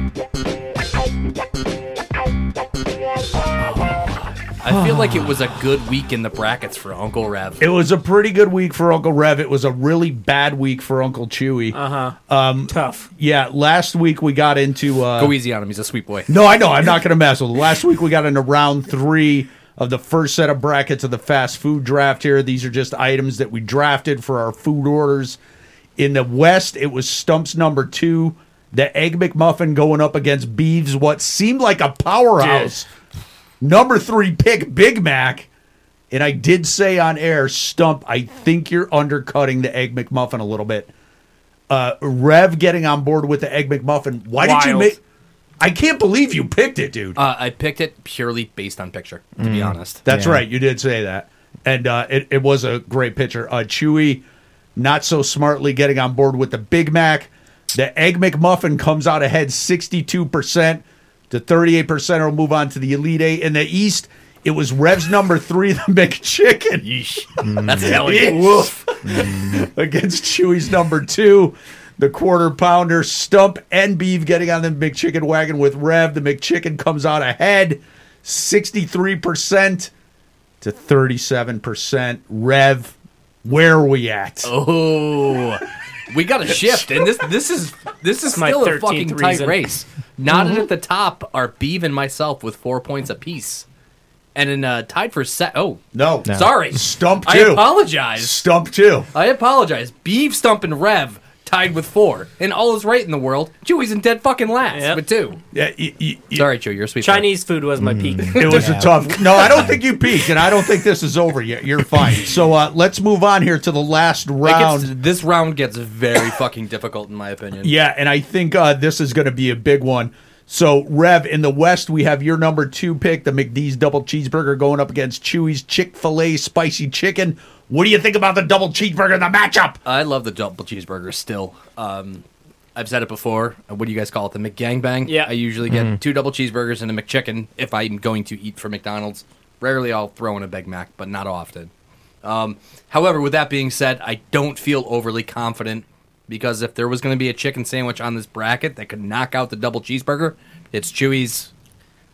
A: I feel like it was a good week in the brackets for Uncle Rev.
D: It was a pretty good week for Uncle Rev. It was a really bad week for Uncle Chewy.
C: Uh huh.
A: Um,
C: Tough.
D: Yeah, last week we got into. Uh,
A: Go easy on him. He's a sweet boy.
D: No, I know. I'm not going to mess with it. Last week we got into round three of the first set of brackets of the fast food draft here. These are just items that we drafted for our food orders. In the West, it was Stumps number two, the Egg McMuffin going up against Beeves, what seemed like a powerhouse. Number three pick, Big Mac. And I did say on air, Stump, I think you're undercutting the Egg McMuffin a little bit. Uh, Rev getting on board with the Egg McMuffin. Why did you
C: Wild.
D: make. I can't believe you picked it, dude.
A: Uh, I picked it purely based on picture, to
D: Mm.
A: be honest.
D: That's
B: Yeah.
D: right. You did say that. And uh, it, it was a great picture. Uh, Chewy, not so smartly getting on board with the Big Mac. The Egg McMuffin comes out ahead 62% to 38% will move on to the Elite Eight. In the East, it was Rev's number three, the McChicken.
A: That's telling
D: Yeah.
A: you.
D: Woof. Against Chewy's number two, the quarter pounder, Stump and Beef getting on the McChicken wagon with Rev. The McChicken comes out ahead, 63% to 37%. Rev, where are we at?
A: Oh, we got a shift, and this this is this is
C: My
A: still a
C: 13th
A: fucking tight
C: reason. Mm-hmm.
A: race. Knotted at the top are Beeve and myself with four points apiece, and in uh, tied for set. Oh,
D: No.
A: sorry,
D: Stump
A: I
D: two.
A: apologize.
D: Stump two.
A: I apologize. Beeve, Stump, and Rev tied with four, and all is right in the world. Chewy's in dead fucking last
C: Yep.
A: with two.
D: Yeah, y- y- y-
A: Sorry, Chewy, you're a sweet. boy.
C: Chinese food was my peak.
A: Hmm.
D: It was a tough. No, I don't think you peaked, and I don't think this is over yet. You're fine. So uh, let's move on here to the last
A: It gets-
D: round.
A: this round gets very fucking difficult, in my opinion.
D: Yeah, and I think uh, this is going to be a big one. So, Rev, in the West, we have your number two pick, the McDee's double cheeseburger, going up against Chewy's Chick fil A spicy chicken. What do you think about the double cheeseburger in the matchup?
A: I love the double cheeseburger still. Um, I've said it before. Uh, What do you guys call it? The McGangbang?
C: Yeah.
A: I usually get two double cheeseburgers and a McChicken if I'm going to eat for McDonald's. Rarely I'll throw in a Big Mac, but not often. Um, however, with that being said, I don't feel overly confident because if there was going to be a chicken sandwich on this bracket that could knock out the double cheeseburger, it's Chewy's.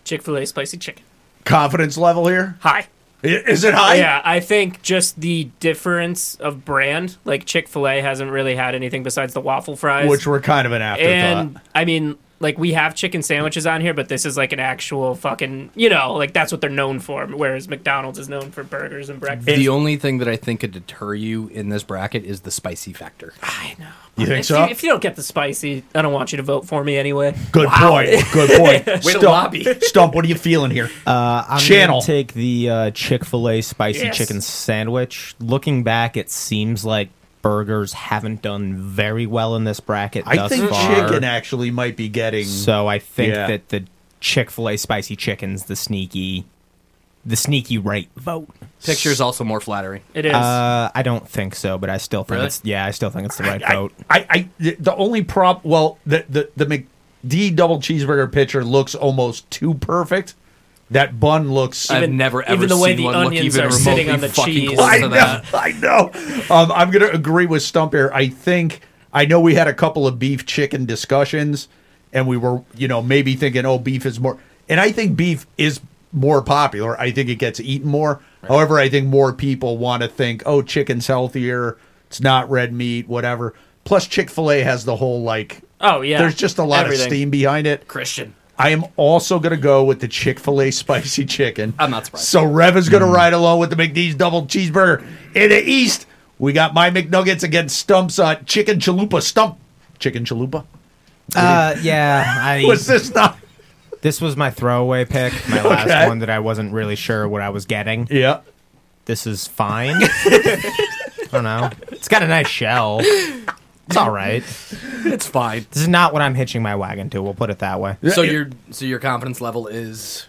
C: Chick fil A spicy chicken.
D: Confidence level here?
C: Hi.
D: I- Is it high?
C: yeah, I think just the difference of brand, like Chick Fil A hasn't really had anything besides the waffle fries,
D: Which were kind of an afterthought.
C: and I mean, like we have chicken sandwiches on here, but this is like an actual fucking, you know, like that's what they're known for. Whereas McDonald's is known for burgers and breakfast.
A: The only thing that I think could deter you in this bracket is the spicy factor.
C: I know.
D: you think
C: If,
D: so?
C: you, if you don't get the spicy, I don't want you to vote for me anyway.
D: Good point. Good point.
A: Way to
D: Stump,
A: lobby.
D: Stump, what are you feeling here?
B: Uh, I'm
D: Channel.
B: gonna take the uh, Chick Fil A spicy
C: Yes.
B: chicken sandwich. Looking back, it seems like burgers haven't done very well in this bracket
D: I
B: thus
D: think
B: far.
D: chicken actually might be getting.
B: So I think
D: Yeah.
B: that the Chick Fil A spicy chicken's the sneaky, the sneaky right vote.
A: Picture is also more flattering.
C: It is.
B: Uh, I don't think so, but I still think
A: Really?
B: it's yeah, I still think it's the right
D: I-
B: vote.
D: I, I, the- the only prop. Well, the the the McD double cheeseburger pitcher looks almost too perfect. That bun looks.
A: I've
C: Even-
A: never ever
C: even the way
A: seen
C: the
A: one look
C: onions
A: even
C: are
A: remotely
C: sitting on the
A: fucking
C: cheese.
A: close
D: I
A: to
D: know.
A: that.
D: I know. Um, I'm going to agree with Stump here. I think. I know we had a couple of beef chicken discussions, and we were, you know, maybe thinking, oh, beef is more. And I think beef is more popular. I think it gets eaten more. However, I think more people want to think, oh, chicken's healthier. It's not red meat, whatever. Plus, Chick fil A has the whole like.
C: oh yeah.
D: There's just a lot
C: Everything.
D: of steam behind it.
A: Christian.
D: I am also going to go with the Chick fil A spicy chicken.
A: I'm not surprised.
D: So Rev is going to ride along with the McDee's double cheeseburger. In the East, we got my McNuggets against Stump's uh, chicken chalupa. Stump. Chicken chalupa?
B: Uh, yeah, I,
D: What's this not?
B: this was my throwaway pick, my
D: Okay.
B: last one that I wasn't really sure what I was getting.
D: Yeah.
B: This is fine. I don't know. It's got a nice shell. It's all right.
A: It's fine.
B: This is not what I'm hitching my wagon to. We'll put it that way.
A: So
D: Yeah.
A: your so your confidence level is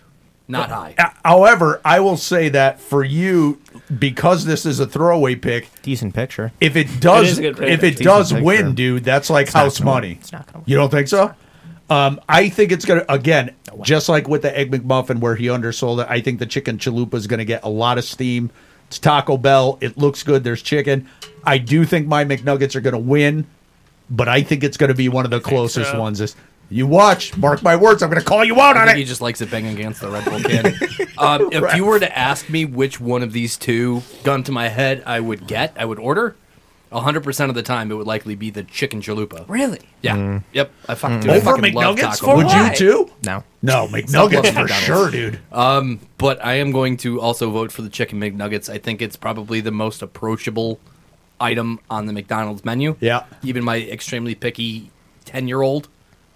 A: not high.
D: Uh, However, I will say that for you, because this is a throwaway pick,
B: Decent picture.
D: if it does
C: a good pick.
D: if it
B: Decent
D: does
B: pick,
D: win,
B: sure.
D: dude, that's like house
B: not gonna win.
D: money.
B: It's not gonna win.
D: You don't think so? Um, I think it's gonna again, just like with the egg McMuffin where he undersold it. I think the chicken chalupa is gonna get a lot of steam. It's Taco Bell. It looks good. There's chicken. I do think my McNuggets are gonna win, but I think it's gonna be one of the closest
C: so.
D: ones. This you watch, mark my words. I'm gonna call you out
A: I
D: on
A: think he
D: it.
A: just likes it banging against the Red Bull can. um, if you were to ask me which one of these two, gun to my head, I would get, I would order, 100% of the time it would likely be the chicken chalupa.
C: Really?
A: Yeah. Yep. I fucking, do. I
D: Mm. Over
A: fucking love
D: McNuggets?
A: Taco
D: Would
A: Bell.
C: Why?
D: you too?
B: No.
D: No,
A: love
D: McNuggets for
A: McDonald's.
D: sure, dude.
A: But I am going to also vote for the chicken McNuggets. I think it's probably the most approachable item on the McDonald's menu.
D: Yeah.
A: Even my extremely picky 10 year old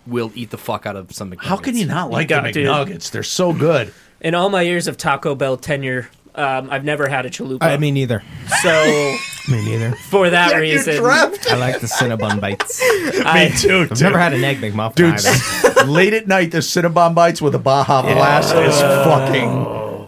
A: will eat the fuck out of some McNuggets.
D: How can you not like the
C: got it, dude.
D: McNuggets? They're so good.
C: In all my years of Taco Bell tenure, um, I've never had a
D: Uh,
C: chalupa.
B: I mean, neither.
C: so
B: Me neither.
C: for that
D: Yeah, you
C: reason,
D: trapped.
B: I like the Cinnabon bites.
C: I,
D: Me too.
B: I've
D: dude.
B: never had an egg McMuffin
D: Dude,
B: either.
D: s- late at night, the Cinnabon Bites with a Baja Blast is fucking,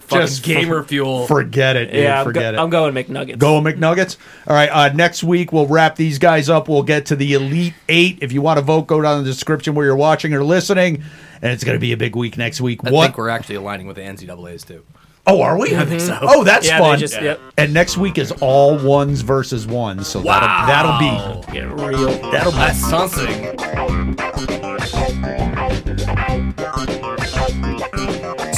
A: Fucking
D: just
A: gamer
D: for-
A: fuel?
D: forget it, dude.
C: yeah, I'm, go-
D: forget it.
C: I'm going McNuggets.
D: Go McNuggets. All right. Uh, next week we'll wrap these guys up. We'll get to the Elite Eight. If you want to vote, go down in the description where you're watching or listening. And it's going to be a big week next week.
A: I
D: what?
A: think we're actually aligning with the NCAA's too.
D: oh, are we? I think so. Oh, that's
C: Yeah, they
D: fun.
C: just- yep.
D: And next week is all ones versus ones. So that'll, that'll be
C: Get real.
D: that'll be
A: That's something.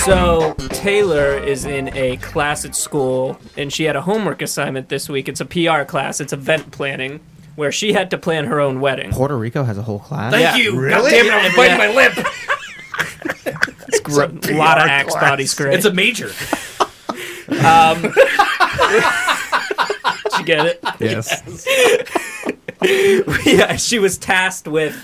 C: So Taylor is in a class at school, and she had a homework assignment this week. It's a PR class. It's event planning, where she had to plan her own wedding.
B: Puerto Rico has a whole class.
C: Yeah.
A: you. God
D: Really?
A: damn it, I was biting my lip.
C: a lot of axe body scrape.
A: It's a major.
C: Did you get it?
B: yes.
C: yeah, she was tasked with.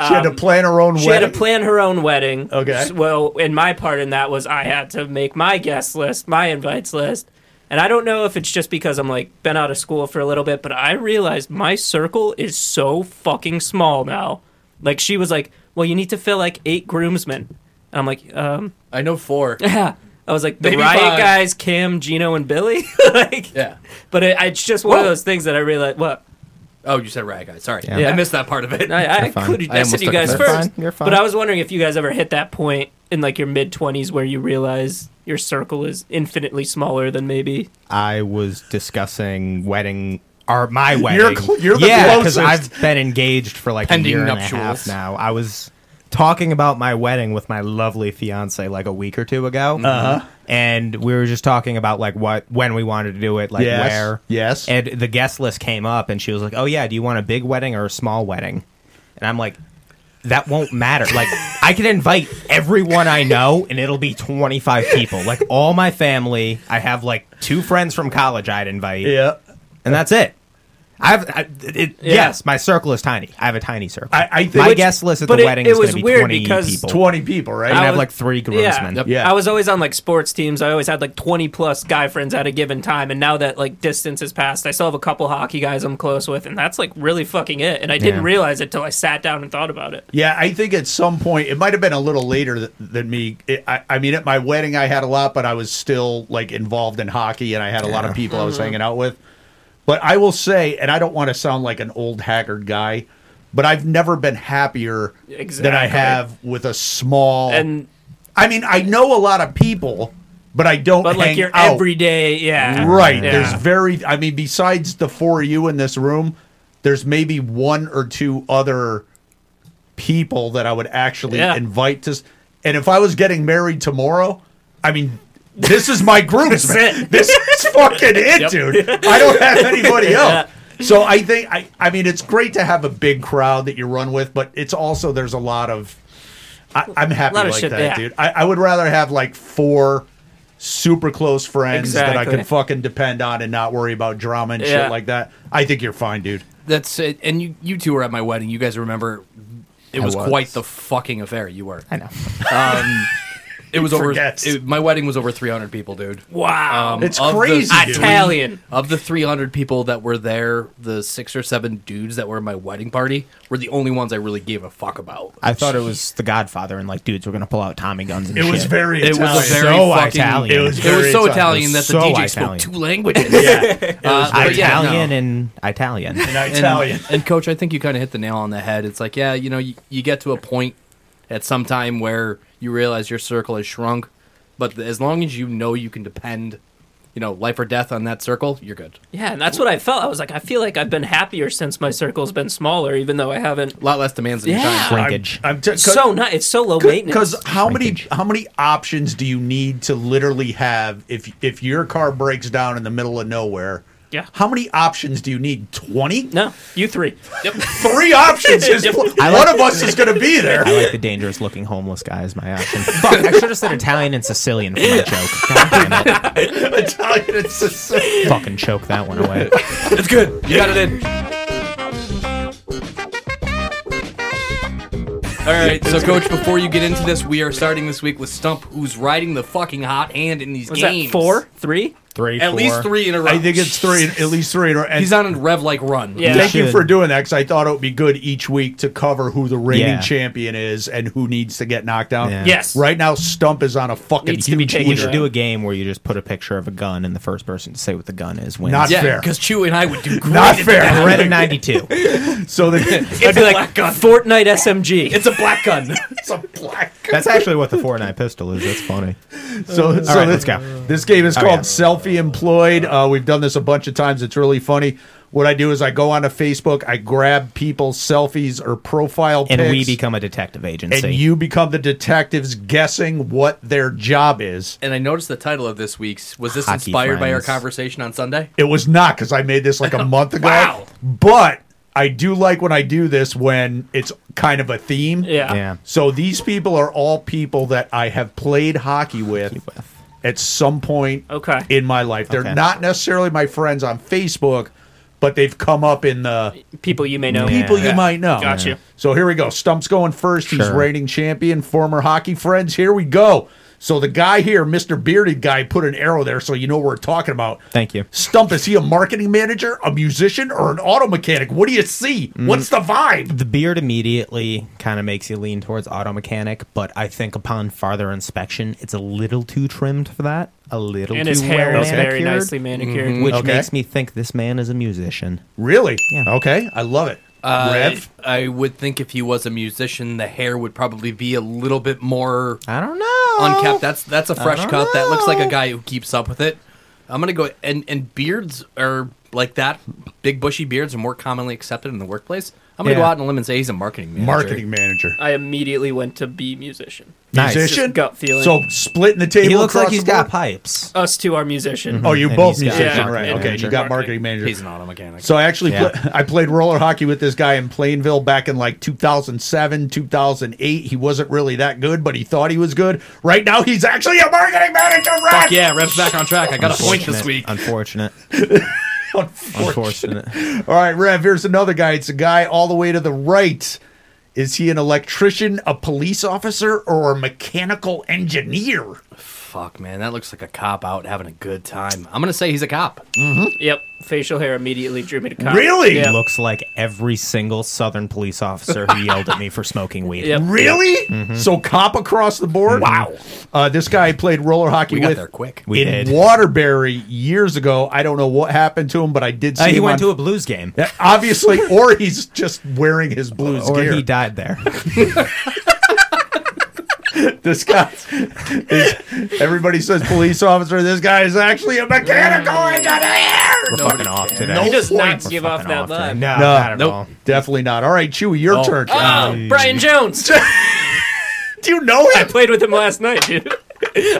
D: She had to plan her own
C: Um, She
D: wedding.
C: had to plan her own wedding.
D: Okay.
C: S- Well, and my part in that was I had to make my guest list, my invites list. And I don't know if it's just because I'm like been out of school for a little bit, but I realized my circle is so fucking small now. Like she was like, "Well, you need to fill like eight groomsmen," and I'm like, "Um,
A: I know four.
C: yeah." I was like, "The
A: Maybe
C: riot
A: five.
C: guys, Kim, Gino, and Billy." like,
A: Yeah.
C: But it, it's just one of
A: Whoa.
C: those things that I realized. What?
A: Oh, you said rag guy. Sorry.
B: Yeah.
A: I missed that part of it.
C: I, I
B: You're fine.
C: included.
A: I
C: I,
A: almost
C: said you
A: took
C: guys
A: offense.
B: You're
C: first.
B: fine. You're
C: But
B: fine.
C: I was wondering if you guys ever hit that point in like your mid twenties where you realize your circle is infinitely smaller than maybe.
B: I was discussing wedding or my wedding.
D: You're cl- you're the
B: yeah, because
D: closest.
B: I've been engaged for like
A: Pending
B: a year
A: nuptials.
B: and a half now. I was talking about my wedding with my lovely fiance like a week or two ago. Uh-huh. And we were just talking about like what when we wanted to do it, like
D: Yes,
B: where.
D: yes.
B: And the guest list came up and she was like, "Oh yeah, do you want a big wedding or a small wedding?" And I'm like, that won't matter. Like, I can invite everyone I know, and it'll be 25 people. Like, all my family. I have like two friends from college I'd invite,
D: yeah.
B: and that's it. I've I, it,
C: Yeah.
B: yes, my circle is tiny. I have a tiny circle.
D: I- I think-
B: my
D: Which-
B: guest list at
C: but
B: the
C: it-
B: wedding
C: it
B: is going
C: was
B: to be
C: weird
B: 20
C: because
B: people.
D: 20 people, right?
B: and I
C: I
B: have
C: was-
B: like three groomsmen.
A: Yep.
D: Yeah.
C: I was always on like sports teams. I always had like twenty plus guy friends at a given time, and now that like distance has passed, I still have a couple hockey guys I'm close with, and that's like really fucking it. And I didn't
B: Yeah.
C: realize it till I sat down and thought about it.
D: Yeah, I think at some point it might have been a little later th- than me. It, I, I mean, at my wedding, I had a lot, but I was still like involved in hockey, and I had a lot of people I
C: Mm-hmm.
D: was hanging out with. But I will say, and I don't want to sound like an old haggard guy, but I've never been happier than I
C: Exactly.
D: have with a small.
C: And
D: I mean, I know a lot of people, but I don't.
C: but like
D: hang
C: your
D: out.
C: everyday, yeah,
D: Right.
C: Yeah.
D: There's very, I mean, besides the four of you in this room, there's maybe one or two other people that I would actually
C: Yeah.
D: invite to. s- And if I was getting married tomorrow, I mean, this is my groomsmen.
C: it.
D: this is fucking it, dude. I don't have anybody else. So I think, I, I mean, it's great to have a big crowd that you run with, but it's also, there's a lot of, I, I'm happy
C: lot of
D: like
C: shit,
D: that,
C: yeah.
D: dude. I, I would rather have like four super close friends that I
C: Exactly.
D: can fucking depend on and not worry about drama and
C: Yeah.
D: shit like that. I think you're fine, dude.
A: That's it. And you, you two were at my wedding. You guys remember it
B: I
A: was,
B: was.
A: quite the fucking affair. You were.
B: I know.
A: Um, it was over.
D: forgets.
A: It, my wedding was over 300 people, dude.
C: Wow,
A: Um,
D: It's
A: of the
D: crazy,
A: three-
D: dude.
C: Italian.
A: of the 300 people that were there, the six or seven dudes that were at my wedding party were the only ones I really gave a fuck about.
B: I thought it was The Godfather, and like, dudes, we're going to pull out Tommy guns. And
D: It was
B: shit.
D: very
A: It was
D: Italian.
A: a very
B: So
A: fucking.
B: Italian.
D: It was
A: It
D: very
A: was so Italian,
B: It
A: that
B: was
A: the
B: so
A: DJ
B: Italian.
A: spoke two languages. Uh, yeah,
B: Italian and Italian.
D: an Italian.
A: And, and coach, I think you kind of hit the nail on the head. It's like, yeah, you know, you, you get to a point at some time where you realize your circle has shrunk. But th- as long as you know you can depend, you know, life or death on that circle, you're good.
C: Yeah, and that's what I felt. I was like, I feel like I've been happier since my circle's been smaller, even though I haven't.
A: A lot less demands than
C: Yeah.
A: time.
B: Shrinkage.
D: I'm, I'm t-
C: So not. It's so low maintenance.
D: Because how many
B: Shrinkage.
D: how many options do you need to literally have if if your car breaks down in the middle of nowhere?
C: Yeah.
D: How many options do you need? Twenty.
C: no, you three.
D: Three options is one of us is going to be there.
B: I like the dangerous looking homeless guy as my option. Fuck, I should have said Italian and Sicilian for my joke. God damn it.
D: Italian and Sicilian.
B: Fucking choke that one away.
A: It's good. You got it in. All right, so coach, before you get into this, we are starting this week with Stump, who's riding the fucking hot hand in these
C: Was
A: games.
C: that four, three?
B: Three,
A: At least
B: four.
A: three in a row.
D: I think it's three, at least three. And
A: he's on a rev like run.
C: Yeah.
D: Thank you
B: should.
D: for doing that because I thought it would be good each week to cover who the reigning
B: Yeah.
D: champion is and who needs to get knocked out.
B: Yeah.
C: Yes.
D: Right now, Stump is on a fucking
C: Needs to be
D: huge
C: taken
B: We
D: leash.
B: should do a game where you just put a picture of a gun and the first person to say what the gun is wins.
D: Not
A: yeah,
D: fair.
A: Because Chew and I would do great.
D: Not
A: at
D: fair.
A: that.
B: Red in 92.
D: So they,
C: I'd be like Fortnite SMG.
A: It's a black gun.
D: it's a black.
B: That's actually what the Fortnite pistol is. That's funny.
D: So, so
B: right,
D: this,
B: let's go.
D: This game is
B: Oh,
D: called
B: yeah.
D: Selfie Employed. Uh, we've done this a bunch of times. It's really funny. What I do is I go onto Facebook, I grab people's selfies or profile
B: And we
D: pics,
B: become a detective agency.
D: and you become the detectives guessing what their job is.
A: and I noticed the title of this week's was this
B: Hockey
A: inspired by our
B: friends.
A: conversation on Sunday?
D: It was not because I made this like a month ago.
A: Wow.
D: But I do like when I do this when it's kind of a theme.
C: yeah.
B: yeah.
D: So these people are all people that I have played hockey with,
B: with.
D: at some point
C: Okay.
D: in my life. They're
B: Okay.
D: not necessarily my friends on Facebook, but they've come up in the
C: People you may know.
B: Yeah.
D: people you
C: Yeah.
D: might know.
C: Gotcha.
D: So here we go. Stump's going first. He's
B: Sure.
D: reigning champion, former hockey friends. Here we go. So the guy here, Mr. Bearded Guy, put an arrow there so you know what we're talking about.
B: Thank you.
D: Stump, is he a marketing manager, a musician, or an auto mechanic? What do you see?
B: Mm.
D: What's the vibe?
B: The beard immediately kind of makes you lean towards auto mechanic, but I think upon farther inspection, it's a little too trimmed for that. A little
C: And
B: too
C: his hair
B: well
C: is very
B: manicured,
C: nicely manicured.
B: Which
D: Okay.
B: makes me think this man is a musician.
D: Really?
B: Yeah.
D: Okay. I love it.
C: Uh,
D: Rev?
A: Uh, I, I would think if he was a musician, the hair would probably be a little bit more
B: I don't know.
A: unkept. That's that's a fresh
B: don't
A: cut. That looks like a
B: know.
A: guy who keeps up with it. I'm gonna go and and beards are like that. Big bushy beards are more commonly accepted in the workplace. I'm gonna go
B: Yeah.
A: out on a limb and say he's a marketing manager.
D: Marketing manager.
C: I immediately went to be musician.
B: Nice.
D: Musician?
C: Just gut feeling.
D: So splitting the table.
B: He looks like
D: across
B: he's
D: the board?
B: got pipes.
C: Us two are musician.
D: Oh, you
B: And
D: both
B: he's got-
D: musician,
C: Yeah,
D: right?
C: and
D: okay, you got
C: marketing.
D: marketing manager.
A: He's an auto mechanic.
D: so I actually
B: Yeah.
D: pla- I played roller hockey with this guy in Plainville back in like 2007, 2008. He wasn't really that good, but he thought he was good. Right now, he's actually a marketing manager.
A: Fuck
D: Right?
A: yeah, Rev's back on track. I got a point this week.
B: Unfortunate. Unfortunate.
D: All right, Rev. Here's another guy. It's a guy all the way to the right. Is he an electrician, a police officer, or a mechanical engineer?
A: Fuck man, that looks like a cop out having a good time. I'm gonna say he's a cop.
C: Yep. Facial hair immediately drew me to cop.
D: Really?
C: Yep.
B: Looks like every single Southern police officer who yelled at me for smoking weed.
C: Yep.
D: Really? Mm-hmm.
B: Mm-hmm.
D: So cop across the board? Wow. Uh, this guy I played roller hockey
A: We got
D: with
A: there quick.
B: We
D: in
B: did.
D: Waterbury years ago. I don't know what happened to him, but I did see
B: Uh, he
D: him
B: went to
D: on-
B: a blues game.
D: Yeah, obviously, or he's just wearing his blues
B: Or
D: gear.
B: he died there.
D: This guy, is, everybody says police officer. This guy is actually a mechanical
B: Mm.
D: engineer.
B: We're fucking off today.
D: No
C: He does
D: points.
C: not give off that
B: No,
C: vibe.
B: not
D: No,
B: at
A: nope.
B: all.
D: definitely not. All right, Chewy, your turn.
C: Oh, Brian Jones.
D: Do you know
C: I
D: him?
C: played with him last night, dude.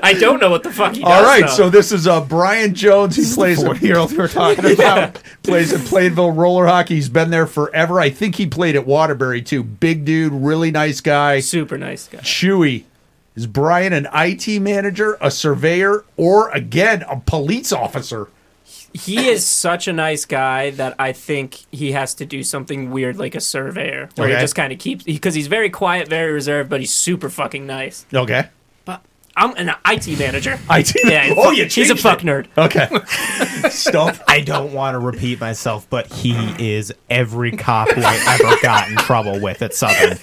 C: I don't know what the fuck he does.
D: All right,
C: though.
D: so this is uh, Brian Jones. He plays a year old. We're talking about plays at Plainville roller hockey. He's been there forever. I think he played at Waterbury too. Big dude, really nice guy.
C: super nice guy.
D: Chewy. Is Brian an IT manager, a surveyor, or again a police officer?
C: He is such a nice guy that I think he has to do something weird like a surveyor, where
D: Okay.
C: he just kind of keeps because he's very quiet, very reserved, but he's super fucking nice.
D: Okay.
C: But I'm an IT manager.
D: IT.
C: Yeah,
D: oh, you
C: he's a
D: changed
C: fuck
D: it.
C: nerd.
D: Okay. Stump.
B: I don't want to repeat myself, but he is every cop who I ever got in trouble with at Southern.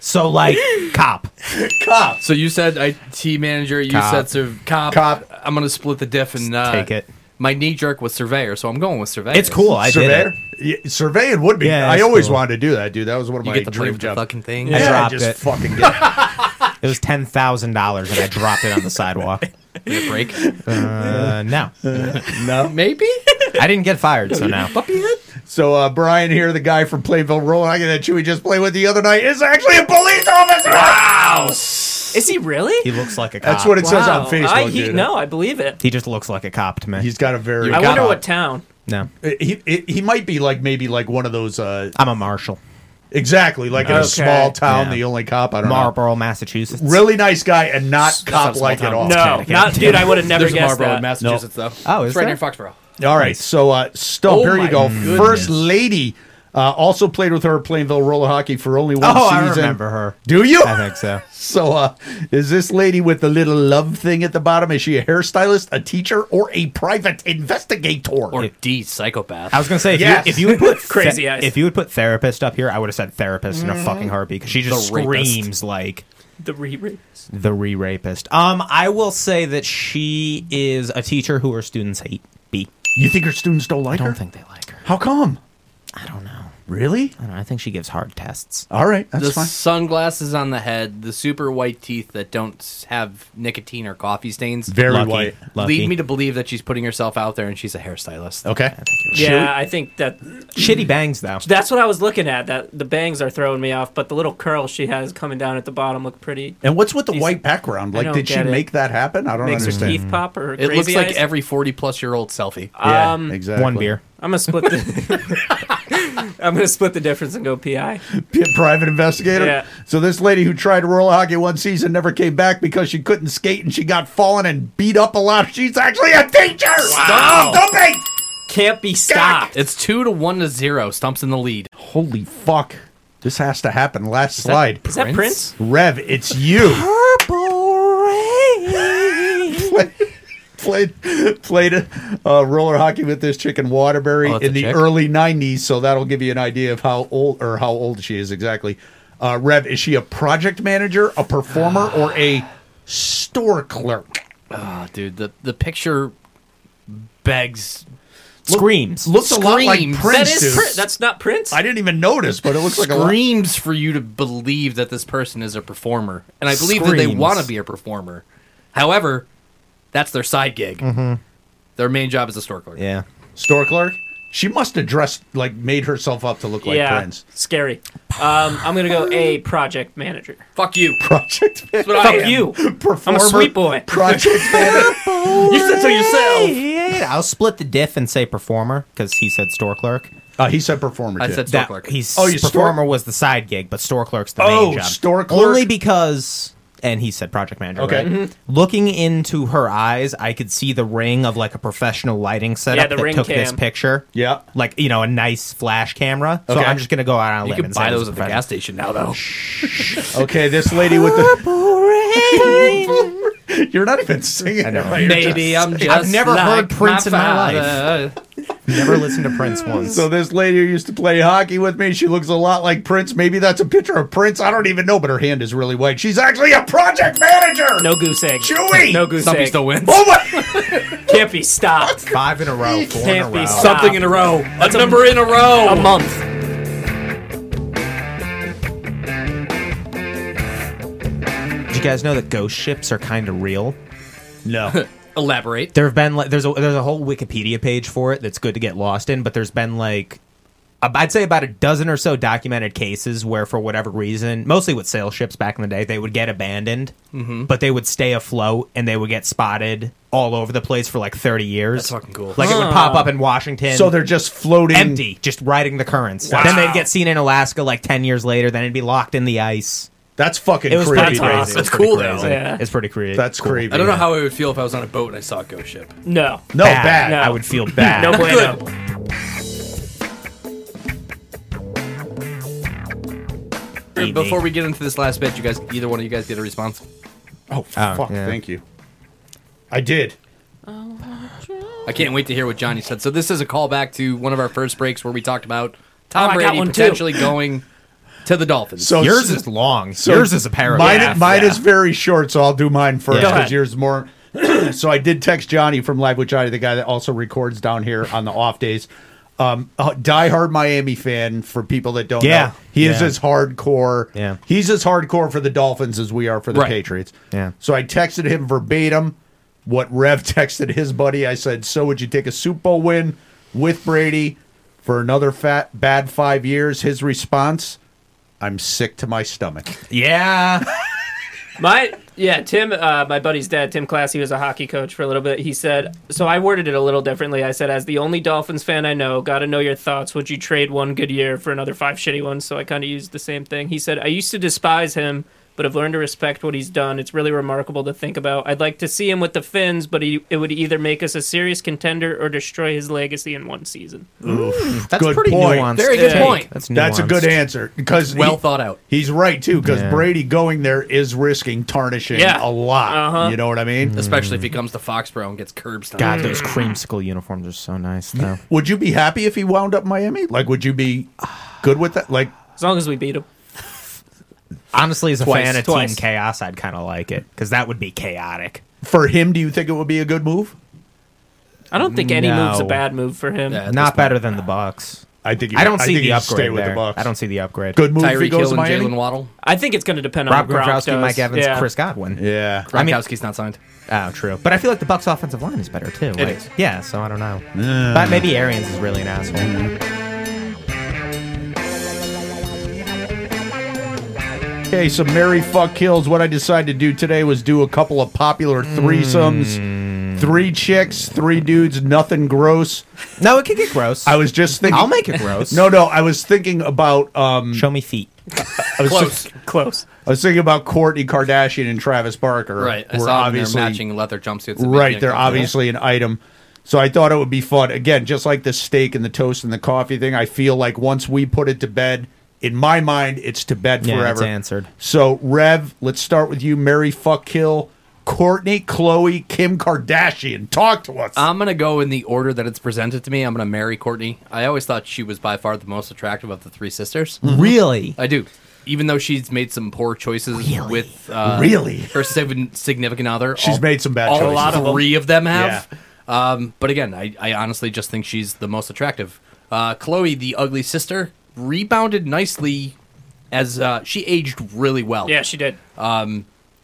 B: So, like, cop.
D: Cop.
A: So you said IT manager. You
B: Cop.
A: said sort of cop.
D: Cop.
A: I'm gonna split the diff and uh,
B: Take it.
A: my knee jerk was Surveyor, so I'm going with Surveyor.
B: It's cool. I did
D: Surveyor?
B: it.
D: Yeah, surveying would be.
B: Yeah,
D: I
B: that's
D: always
B: cool.
D: wanted to do that, dude. That was one of
A: You
D: my
A: get to play
D: dream
A: with the
D: jobs.
A: fucking thing.
B: I
D: Yeah,
B: dropped
D: just
B: it.
D: fucking get it.
B: It was ten thousand dollars, and I dropped it on the sidewalk.
A: Did it break?
B: Uh, no,
A: no, maybe.
B: I didn't get fired, so now
A: Puppy head.
D: So uh, Brian here, the guy from Playville Roll, I that Chewy just played with the other night, is actually a police officer. Wow.
C: Is he really?
B: he looks like a cop.
D: That's what it says on Facebook.
C: I, he,
D: dude.
C: no, I believe it.
B: He just looks like a cop to me.
D: He's got a very.
C: I
A: got
C: wonder
A: it.
C: what town.
B: no,
D: he, he he might be like maybe like one of those uh,
B: I'm a marshal,
D: exactly like in a
C: Okay.
D: small town,
B: Yeah.
D: the only cop. I don't know.
B: Marlboro, Massachusetts.
D: Really nice guy and not
A: not a
D: cop like
A: small
D: at
A: town.
D: all.
C: No,
B: Connecticut.
C: not dude. I would have never
A: There's a
C: guessed
A: Marlboro
C: that.
A: in Massachusetts, though.
B: Oh, is
A: it's right near
B: there?
A: Foxborough.
D: All right, so uh, Stump,
A: Oh
D: here you
A: my
D: go.
A: goodness.
D: First lady uh, also played with her at Plainville roller hockey for only one
B: Oh, I
D: season.
B: remember her.
D: Do you?
B: I think so.
D: So, uh, is this lady with the little love thing at the bottom? Is she a hairstylist, a teacher, or a private investigator?
A: Or D psychopath.
B: I was gonna say if
D: Yes.
B: you if you would put
C: Crazy eyes.
B: if you would put therapist up here, I would have said therapist in a fucking heartbeat because she just
A: The rapist.
B: screams like
C: The re
B: the re rapist. Um, I will say that she is a teacher who her students hate. B.
D: you think her students don't like
B: I
D: her?
B: don't think they like her.
D: How come?
B: I don't know.
D: Really?
B: I don't know. I think she gives hard tests.
D: All right, that's
A: the
D: fine.
A: sunglasses on the head, the super white teeth that don't s- have nicotine or coffee stains.
D: Very
B: Lucky.
D: white.
B: Lucky.
A: Lead me to believe that she's putting herself out there and she's a hairstylist.
D: Okay.
C: Yeah, I think that
B: Shitty bangs though.
C: that's what I was looking at. That the bangs are throwing me off, but the little curls she has coming down at the bottom look pretty.
D: And what's with the
C: These-
D: white background?
C: I
D: Like,
C: don't
D: did she
C: get it.
D: make that happen? I don't
C: Makes her
D: understand.
C: teeth pop or her
A: It looks
C: crazy
A: like
C: eyes.
A: every 40 plus year old selfie.
D: Yeah,
C: Um,
D: exactly.
B: One beer.
C: I'm gonna split the. I'm gonna split the difference and go PI.
D: P- private investigator.
C: Yeah.
D: So this lady who tried roller hockey one season never came back because she couldn't skate and she got fallen and beat up a lot. She's actually a teacher. Stop dumping.
C: Can't be stopped.
A: It's two to one to zero. Stumps in the lead.
D: Holy fuck! This has to happen. Last slide.
C: Is that Prince?
D: Rev, it's you. Play- Played played uh, roller hockey with this chick in Waterbury
A: Oh, it's
D: in
A: a
D: the
A: chick?
D: early '90s, so that'll give you an idea of how old or how old she is exactly. Uh, Rev, is she a project manager, a performer, or a store clerk?
A: Oh, dude, the, the picture begs.
B: Screams.
D: Looks a lot like
A: Screams.
C: That is
D: Prince. dude.
C: Prince. That's not Prince.
D: I didn't even notice, but it looks like a lot.
A: Screams for you to believe that this person is a performer. And I believe that they
B: Screams.
A: want to be a performer. However, that's their side gig. Their main job is a store clerk.
B: Mm-hmm. Yeah.
D: store clerk. She must have dressed like made herself up to look like
C: yeah,
D: Prince.
C: scary. Um, I'm gonna go a project manager.
A: Fuck you.
D: Project
A: That's
D: manager.
A: what I
C: Fuck
A: am.
C: you. I'm
D: Performer,
C: a sweet boy.
D: Project manager.
A: You said so yourself.
B: Yeah, I'll split the diff and say performer because he said store clerk.
D: uh, he said performer.
A: I
D: too.
A: said- Store
B: That,
A: clerk.
B: He's
D: Oh,
B: oh,
D: you store-
B: performer was the side gig, but store clerk's the
D: Oh,
B: main job.
D: store clerk?
B: only because. And he said project manager.
D: Okay. Mm-hmm.
B: right? Looking into her eyes, I could see the ring of like a professional lighting setup
C: the
B: that
C: ring
B: took this
C: cam.
B: picture.
D: Yeah.
B: Like, you know, a nice flash camera. So
D: Okay.
B: I'm just going to go out on a
A: You
B: limb
A: can
B: and
A: buy
B: say it was
A: those at the
B: professional.
A: gas station now, though.
D: Okay, this lady with the. You're not even singing.
B: I know.
D: right? You're
A: Maybe I'm just.
B: never
A: like
B: heard Prince in my life.
A: father.
B: Never listened to Prince once.
D: So this lady who used to play hockey with me, she looks a lot like Prince. Maybe that's a picture of Prince. I don't even know, but her hand is really white. She's actually a project manager.
C: No goose egg.
D: Chewy!
C: No goose
A: Somebody
C: egg.
A: still wins.
D: Oh my!
C: Can't be stopped.
B: Five in a row, four in a
C: Can't be
B: row.
C: stopped. Something in
A: a row. A number in a row.
C: A month.
B: Did you guys know that ghost ships are kind of real?
D: No.
A: Elaborate.
B: There have been like there's a there's a whole Wikipedia page for it that's good to get lost in, but there's been like ab- I'd say about a dozen or so documented cases where for whatever reason, mostly with sail ships back in the day, they would get abandoned, but they would stay afloat and they would get spotted all over the place for like 30 years.
A: That's fucking cool.
B: Like it would pop up in Washington.
D: So they're just floating.
B: empty, just riding the currents. Then they'd get seen in Alaska like 10 years later, then it'd be locked in the ice.
D: That's fucking
B: It was
D: creepy.
B: pretty
D: dude.
B: crazy.
C: awesome.
B: It was
A: That's
B: pretty
A: cool, though.
B: crazy.
C: Yeah.
B: It's pretty crazy.
D: That's creepy.
A: I don't know how I would feel if I was on a boat and I saw a ghost ship.
C: No.
D: No, bad.
C: No.
B: I would feel bad.
C: No bueno.
A: Good.
B: Eat me.
A: Before we get into this last bit, you guys, either one of you guys, get a response.
D: Oh, fuck.
B: yeah.
D: Thank you. I did.
A: I can't wait to hear what Johnny said. So this is a callback to one of our first breaks where we talked about
C: Oh,
A: Tom
C: I got
A: Brady
C: one, too.
A: potentially going to the Dolphins.
D: So
B: Yours is long.
D: so
B: Yours is a paragraph.
D: Mine, mine is very short, so I'll do mine first
B: Yeah. Go
D: because
C: ahead.
D: yours is more. so I did text Johnny from Live with Johnny, the guy that also records down here on the off days. Um, a diehard Miami fan for people that don't
B: Yeah.
D: know. He is
B: Yeah.
D: as hardcore.
B: Yeah.
D: He's as hardcore for the Dolphins as we are for the
A: Right.
D: Patriots.
B: Yeah.
D: So I texted him verbatim what Rev texted his buddy. I said, So would you take a Super Bowl win with Brady for another fat bad five years? His response, I'm sick to my stomach.
B: Yeah.
C: My yeah, Tim, uh, my buddy's dad, Tim Class, he was a hockey coach for a little bit. He said, so I worded it a little differently. I said, as the only Dolphins fan I know, got to know your thoughts. Would you trade one good year for another five shitty ones? So I kind of used the same thing. He said, I used to despise him, but have learned to respect what he's done. It's really remarkable to think about. I'd like to see him with the Finns, but he, it would either make us a serious contender or destroy his legacy in one season.
B: That's
D: Good
B: pretty
D: point.
B: nuanced.
A: Very good
B: take.
A: point.
B: That's,
D: That's a
B: nuanced.
D: good answer because he-
A: Well thought out.
D: He's right too because
B: Yeah.
D: Brady going there is risking tarnishing
C: Yeah.
D: a lot.
C: Uh-huh.
D: You know what I mean?
B: Mm-hmm.
A: Especially if he comes to Foxborough and gets curb stomped.
B: God, those creamsicle uniforms are so nice, though.
D: Would you be happy if he wound up Miami? Like, would you be good with that? Like,
C: As long as we beat him.
B: Honestly, as a
C: Twice,
B: fan of
C: twice.
B: Team Chaos, I'd kind of like it because that would be chaotic.
D: for him, do you think it would be a good move?
C: I don't think any move's a
B: No.
C: bad move for him.
A: Yeah. At this
B: Not
A: point.
B: better than the Bucks.
D: I think. You,
B: I don't see
D: think
B: the
D: you
B: upgrade
D: Stay with
B: there.
D: the Bucks.
B: I don't see the upgrade.
D: Good move if he
A: Tyreek
D: goes
A: Hill
D: to
A: and
D: Miami.
A: Jalen Waddle.
C: I think it's going to depend on
B: Rob
C: what Gronk
B: Gronkowski,
C: does.
B: Mike Evans,
C: Yeah.
B: Chris Godwin.
D: yeah.
B: I mean-
A: Gronkowski's not signed.
B: Oh, true. But I feel like the Bucks' offensive line is better too. like-
A: is.
B: Yeah, so I don't know. But maybe Arians is really an
D: Mm-hmm.
B: asshole.
D: Okay, so Mary Fuck Kills. What I decided to do today was do a couple of popular threesomes.
B: Mm.
D: Three chicks, three dudes, nothing gross.
B: No, it could get gross.
D: I was just thinking.
B: I'll make it gross.
D: No, no, I was thinking about. um
B: show me feet.
D: I was
A: Close.
C: Close.
D: I was thinking about Courtney Kardashian and Travis Barker.
A: Right. I
D: Were
A: saw them. They're matching leather jumpsuits. and making
D: Right,
A: it
D: they're
A: comfortable.
D: obviously an item. So I thought it would be fun. Again, just like the steak and the toast and the coffee thing, I feel like once we put it to bed, in my mind, it's to bed
B: Yeah,
D: forever.
B: it's answered.
D: So Rev, let's start with you. Mary, fuck, kill. Courtney, Chloe, Kim Kardashian. Talk to us.
A: I'm gonna go in the order that it's presented to me. I'm gonna marry Courtney. I always thought she was by far the most attractive of the three sisters.
B: Really?
A: I do, even though she's made some poor choices
B: Really?
A: with uh,
D: Really?
A: her sig- significant other.
D: She's made some bad
A: all
D: choices.
A: A lot
C: them.
A: of three of them have.
D: Yeah.
A: Um, but again, I, I honestly just think she's the most attractive. Uh, Chloe, the ugly sister, rebounded nicely as uh, she aged really well.
C: Yeah, she did.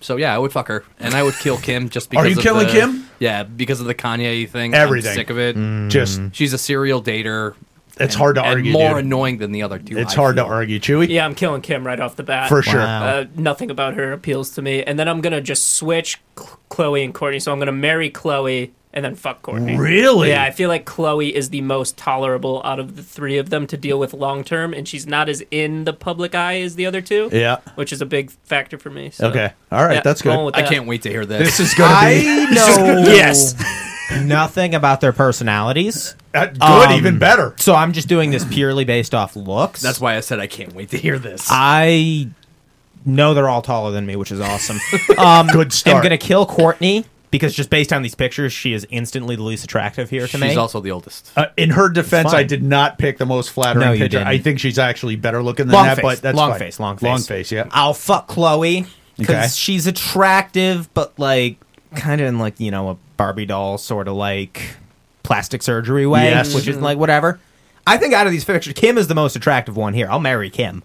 A: So yeah, I would fuck her, and I would kill Kim just because.
D: you
A: of
D: killing
A: the-
D: Kim?
A: Yeah, because of the Kanye thing.
D: Everything.
A: I'm sick of it.
B: Mm.
D: Just
A: She's a serial dater.
D: It's hard to
A: and
D: argue,
A: More
D: dude.
A: annoying than the other two.
D: it's
A: I
D: hard to
A: feel.
D: argue, Chewy.
C: Yeah, I'm killing Kim right off the bat.
D: For sure.
B: Wow.
C: Uh, nothing about her appeals to me. And then I'm going to just switch Cl- Chloe and Courtney. So I'm going to marry Chloe and then fuck Courtney.
D: Really?
C: Yeah, I feel like Chloe is the most tolerable out of the three of them to deal with long term. And she's not as in the public eye as the other two.
D: Yeah.
C: Which is a big factor for me. so-
D: Okay. All right.
C: Yeah,
D: that's
C: rolling
D: good.
C: with
A: I
C: that.
A: can't wait to hear this.
D: This is gonna be
B: I know
C: Yes.
B: nothing about their personalities.
D: uh, good.
B: Um,
D: even better.
B: So I'm just doing this purely based off looks.
A: That's why I said I can't wait to hear this.
B: I know they're all taller than me, which is awesome. Um,
D: Good start.
B: I'm gonna kill Courtney because just based on these pictures, she is instantly the least attractive here to
A: She's
B: me.
A: also the oldest.
D: Uh, in her defense,
B: fine.
D: I did not pick the most flattering
B: No, you
D: picture.
B: didn't.
D: I think she's actually better looking than
B: long
D: that,
B: face,
D: but that's
B: long
D: fine.
B: face, long face,
D: long face. Yeah,
B: I'll fuck Chloe because
D: Okay.
B: she's attractive, but like kind of in like you know a Barbie doll sort of like plastic surgery way,
D: Yes.
B: which is like whatever. I think out of these pictures, Kim is the most attractive one here. I'll marry Kim.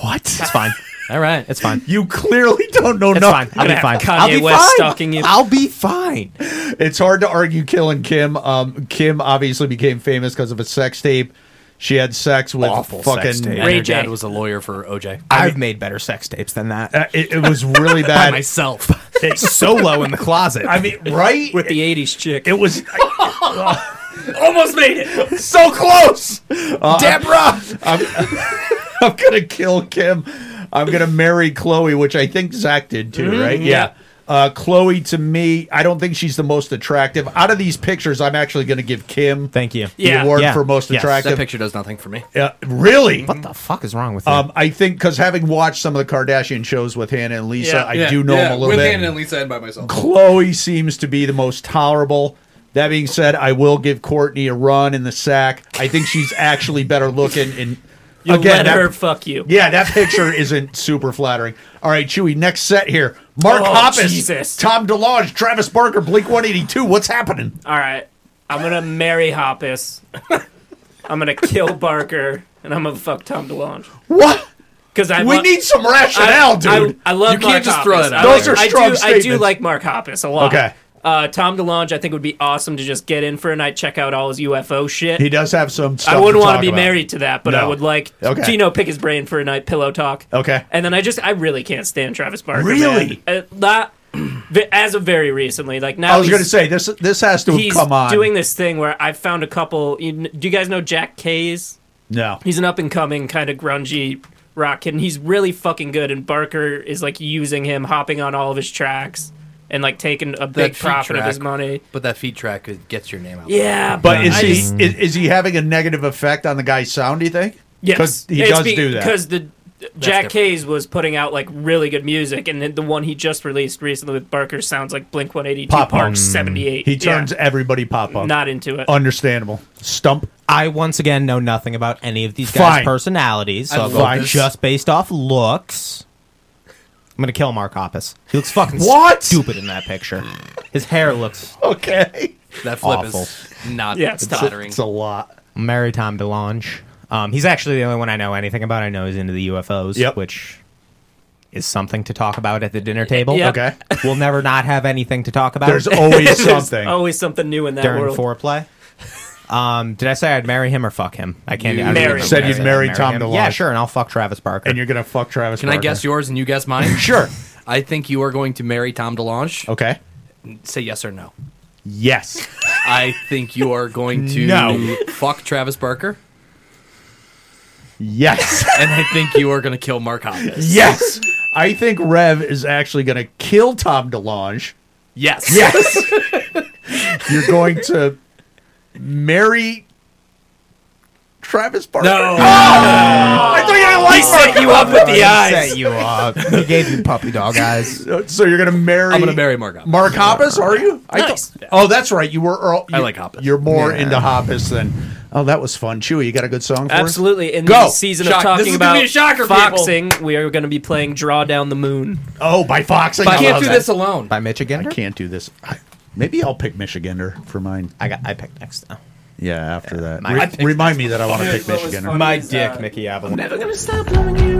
D: what?
B: It's fine.
A: All right.
B: It's fine.
D: You clearly don't know
B: It's
D: nothing.
B: fine. I'll be
C: gonna
B: fine.
C: have
B: I'll
C: Kanye
B: be
C: West
B: fine.
C: stalking you.
B: I'll be fine.
D: It's hard to argue killing Kim. Um, Kim obviously became famous because of a sex tape. She had sex with
B: Awful
D: fucking.
B: sex tape.
A: And
C: Ray
A: her dad
C: J.
A: was a lawyer for OJ.
B: I've made better sex tapes than that.
D: Uh, it, it was really
A: By
D: bad.
A: myself.
B: Solo in the closet.
D: I mean, right?
C: With the 80s chick.
D: it was
A: Almost made it.
D: so close. Uh,
A: Deborah.
D: I'm gonna kill Kim. I'm gonna marry Chloe, which I think Zach did too, right? Yeah. Uh, Chloe to me, I don't think she's the most attractive. Out of these pictures, I'm actually gonna give Kim
B: Thank you.
D: the
C: Yeah.
D: award
B: Yeah.
D: for most
B: Yes.
A: That
D: attractive.
A: picture does nothing for me.
D: Uh, really?
B: What the fuck is wrong with you?
D: Um, I think because having watched some of the Kardashian shows with Hannah and Lisa, I do know them a little bit.
A: Lisa and by myself.
D: Chloe seems to be the most tolerable. That being said, I will give Courtney a run in the sack. I think she's actually better looking. And
C: You'll
D: Again,
C: let
D: that-
C: her fuck you.
D: Yeah, that picture isn't super flattering. All right, Chewy, next set here. Mark
C: Oh,
D: Hoppus,
C: Jesus.
D: Tom DeLonge, Travis Barker, Blink 182. What's happening?
C: All right, I'm gonna marry Hoppus. I'm gonna kill Barker, and I'm gonna fuck Tom DeLonge.
D: What?
C: Because I
D: We
C: lo-
D: need some
C: I,
D: rationale, dude.
C: I, I love
A: You
C: Mark
A: can't just throw
C: Hoppus.
A: that
C: I
A: out
C: like-
D: there. Those are
C: I do-
D: strong
C: I do,
D: statements.
C: like Mark Hoppus a lot.
D: Okay.
C: Uh, Tom DeLonge, I think, would be awesome to just get in for a night, check out all his UFO shit.
D: he does have some stuff
C: I wouldn't
D: want to
C: be
D: talk about.
C: married to that, but I
D: No.
C: would like
D: Okay.
C: Tino pick his brain for a night, pillow talk.
D: Okay.
C: And then I just, I really can't stand Travis Barker.
D: Really?
C: man. Uh, not v- as of very recently. Like now,
D: I was
C: he's-
D: going to say, this This has to have
C: he's
D: come on.
C: doing this thing where I found a couple. You, kn- do you guys know Jack Kays?
D: no.
C: He's an up and coming kind of grungy rock kid, and he's really fucking good. And Barker is like using him, hopping on all of his tracks, and like taking a big
A: feat
C: profit of
A: track.
C: his money.
A: But that feed track is- gets your name out.
C: Yeah,
D: But is
C: I
D: he
C: just-
D: is, is he having a negative effect on the guy's sound? Do you think?
C: Yes,
D: because he
C: It's
D: does
C: be-
D: do that.
C: Because the Jack
A: different.
C: Hayes was putting out like really good music, and then the one he just released recently with Barker sounds like Blink One Eighty Two,
D: Pop
C: Park
D: Punk.
C: Seventy Eight.
D: he turns everybody pop up.
C: not into it.
D: Understandable. Stump.
B: I once again know nothing about any of these
D: Fine.
B: guys' personalities, so
A: I
B: I'm
A: love
B: going
A: this.
B: just based off looks. I'm gonna kill Mark Hoppus. He looks fucking
D: What?
B: stupid in that picture. His hair looks.
D: Okay.
A: That flip
B: Awful.
A: is not
C: Yeah, it's
A: stuttering.
D: It's a lot.
B: Mary Tom DeLonge. Um, he's actually the only one I know anything about. I know he's into the UFOs,
D: Yep.
B: which is something to talk about at the dinner table.
C: Yep.
D: Okay.
B: We'll never not have anything to talk about
D: There's always
C: There's
D: something.
C: always something new in that
B: during
C: world.
B: foreplay. Um, did I say I'd marry him or fuck him? I can't.
A: You
B: I don't remember
C: marry
B: what I
C: him.
D: Said you'd marry
B: I'd
D: Tom
B: him.
D: DeLonge.
B: Yeah, sure, and I'll fuck Travis Barker.
D: and you're gonna fuck Travis.
A: Can I guess yours and you guess mine?
D: Sure.
A: I think you are going to marry Tom DeLonge.
D: Okay.
A: Say yes or no.
D: Yes.
A: I think you are going to
D: No.
A: fuck Travis Barker,
D: Yes.
A: and I think you are going to kill Mark Hoppus.
D: yes. I think Rev is actually gonna kill Tom DeLonge.
A: Yes.
D: Yes. you're going to marry Travis Barker.
A: No.
D: I thought you didn't like Mark.
C: Set you up with the
B: He
C: eyes.
B: set you up. Uh, He gave you puppy dog eyes.
D: Uh, So you're gonna marry.
A: I'm going to marry Mark Hoppus.
D: Mark Hoppus, are you? I
C: Nice.
D: thought- oh, that's right. You were. Earl,
A: I
D: you-
A: like Hoppus.
D: You're more into Hoppus than. Oh, that was fun. Chewy, you got a good song for us?
C: Absolutely. In
D: Go.
C: the season
A: Shock-
C: of
A: this
C: talking
A: is gonna
C: about
A: be a shocker, people.
C: foxing, we are going to be playing Draw Down the Moon.
D: Oh, by Fox. I,
A: I can't
D: love
A: do
D: that.
A: this alone.
B: By Mitch again.
D: I can't do this. I- Maybe I'll pick Michigander for mine.
B: I got. I picked next now.
D: Yeah, after that.
B: my-
D: Re-
B: I picked-
D: remind me that I want to pick
C: what was
D: Michigander.
C: funny-
B: My
C: is,
B: dick,
C: uh,
B: Mickey Avalon.
E: Never gonna stop loving you.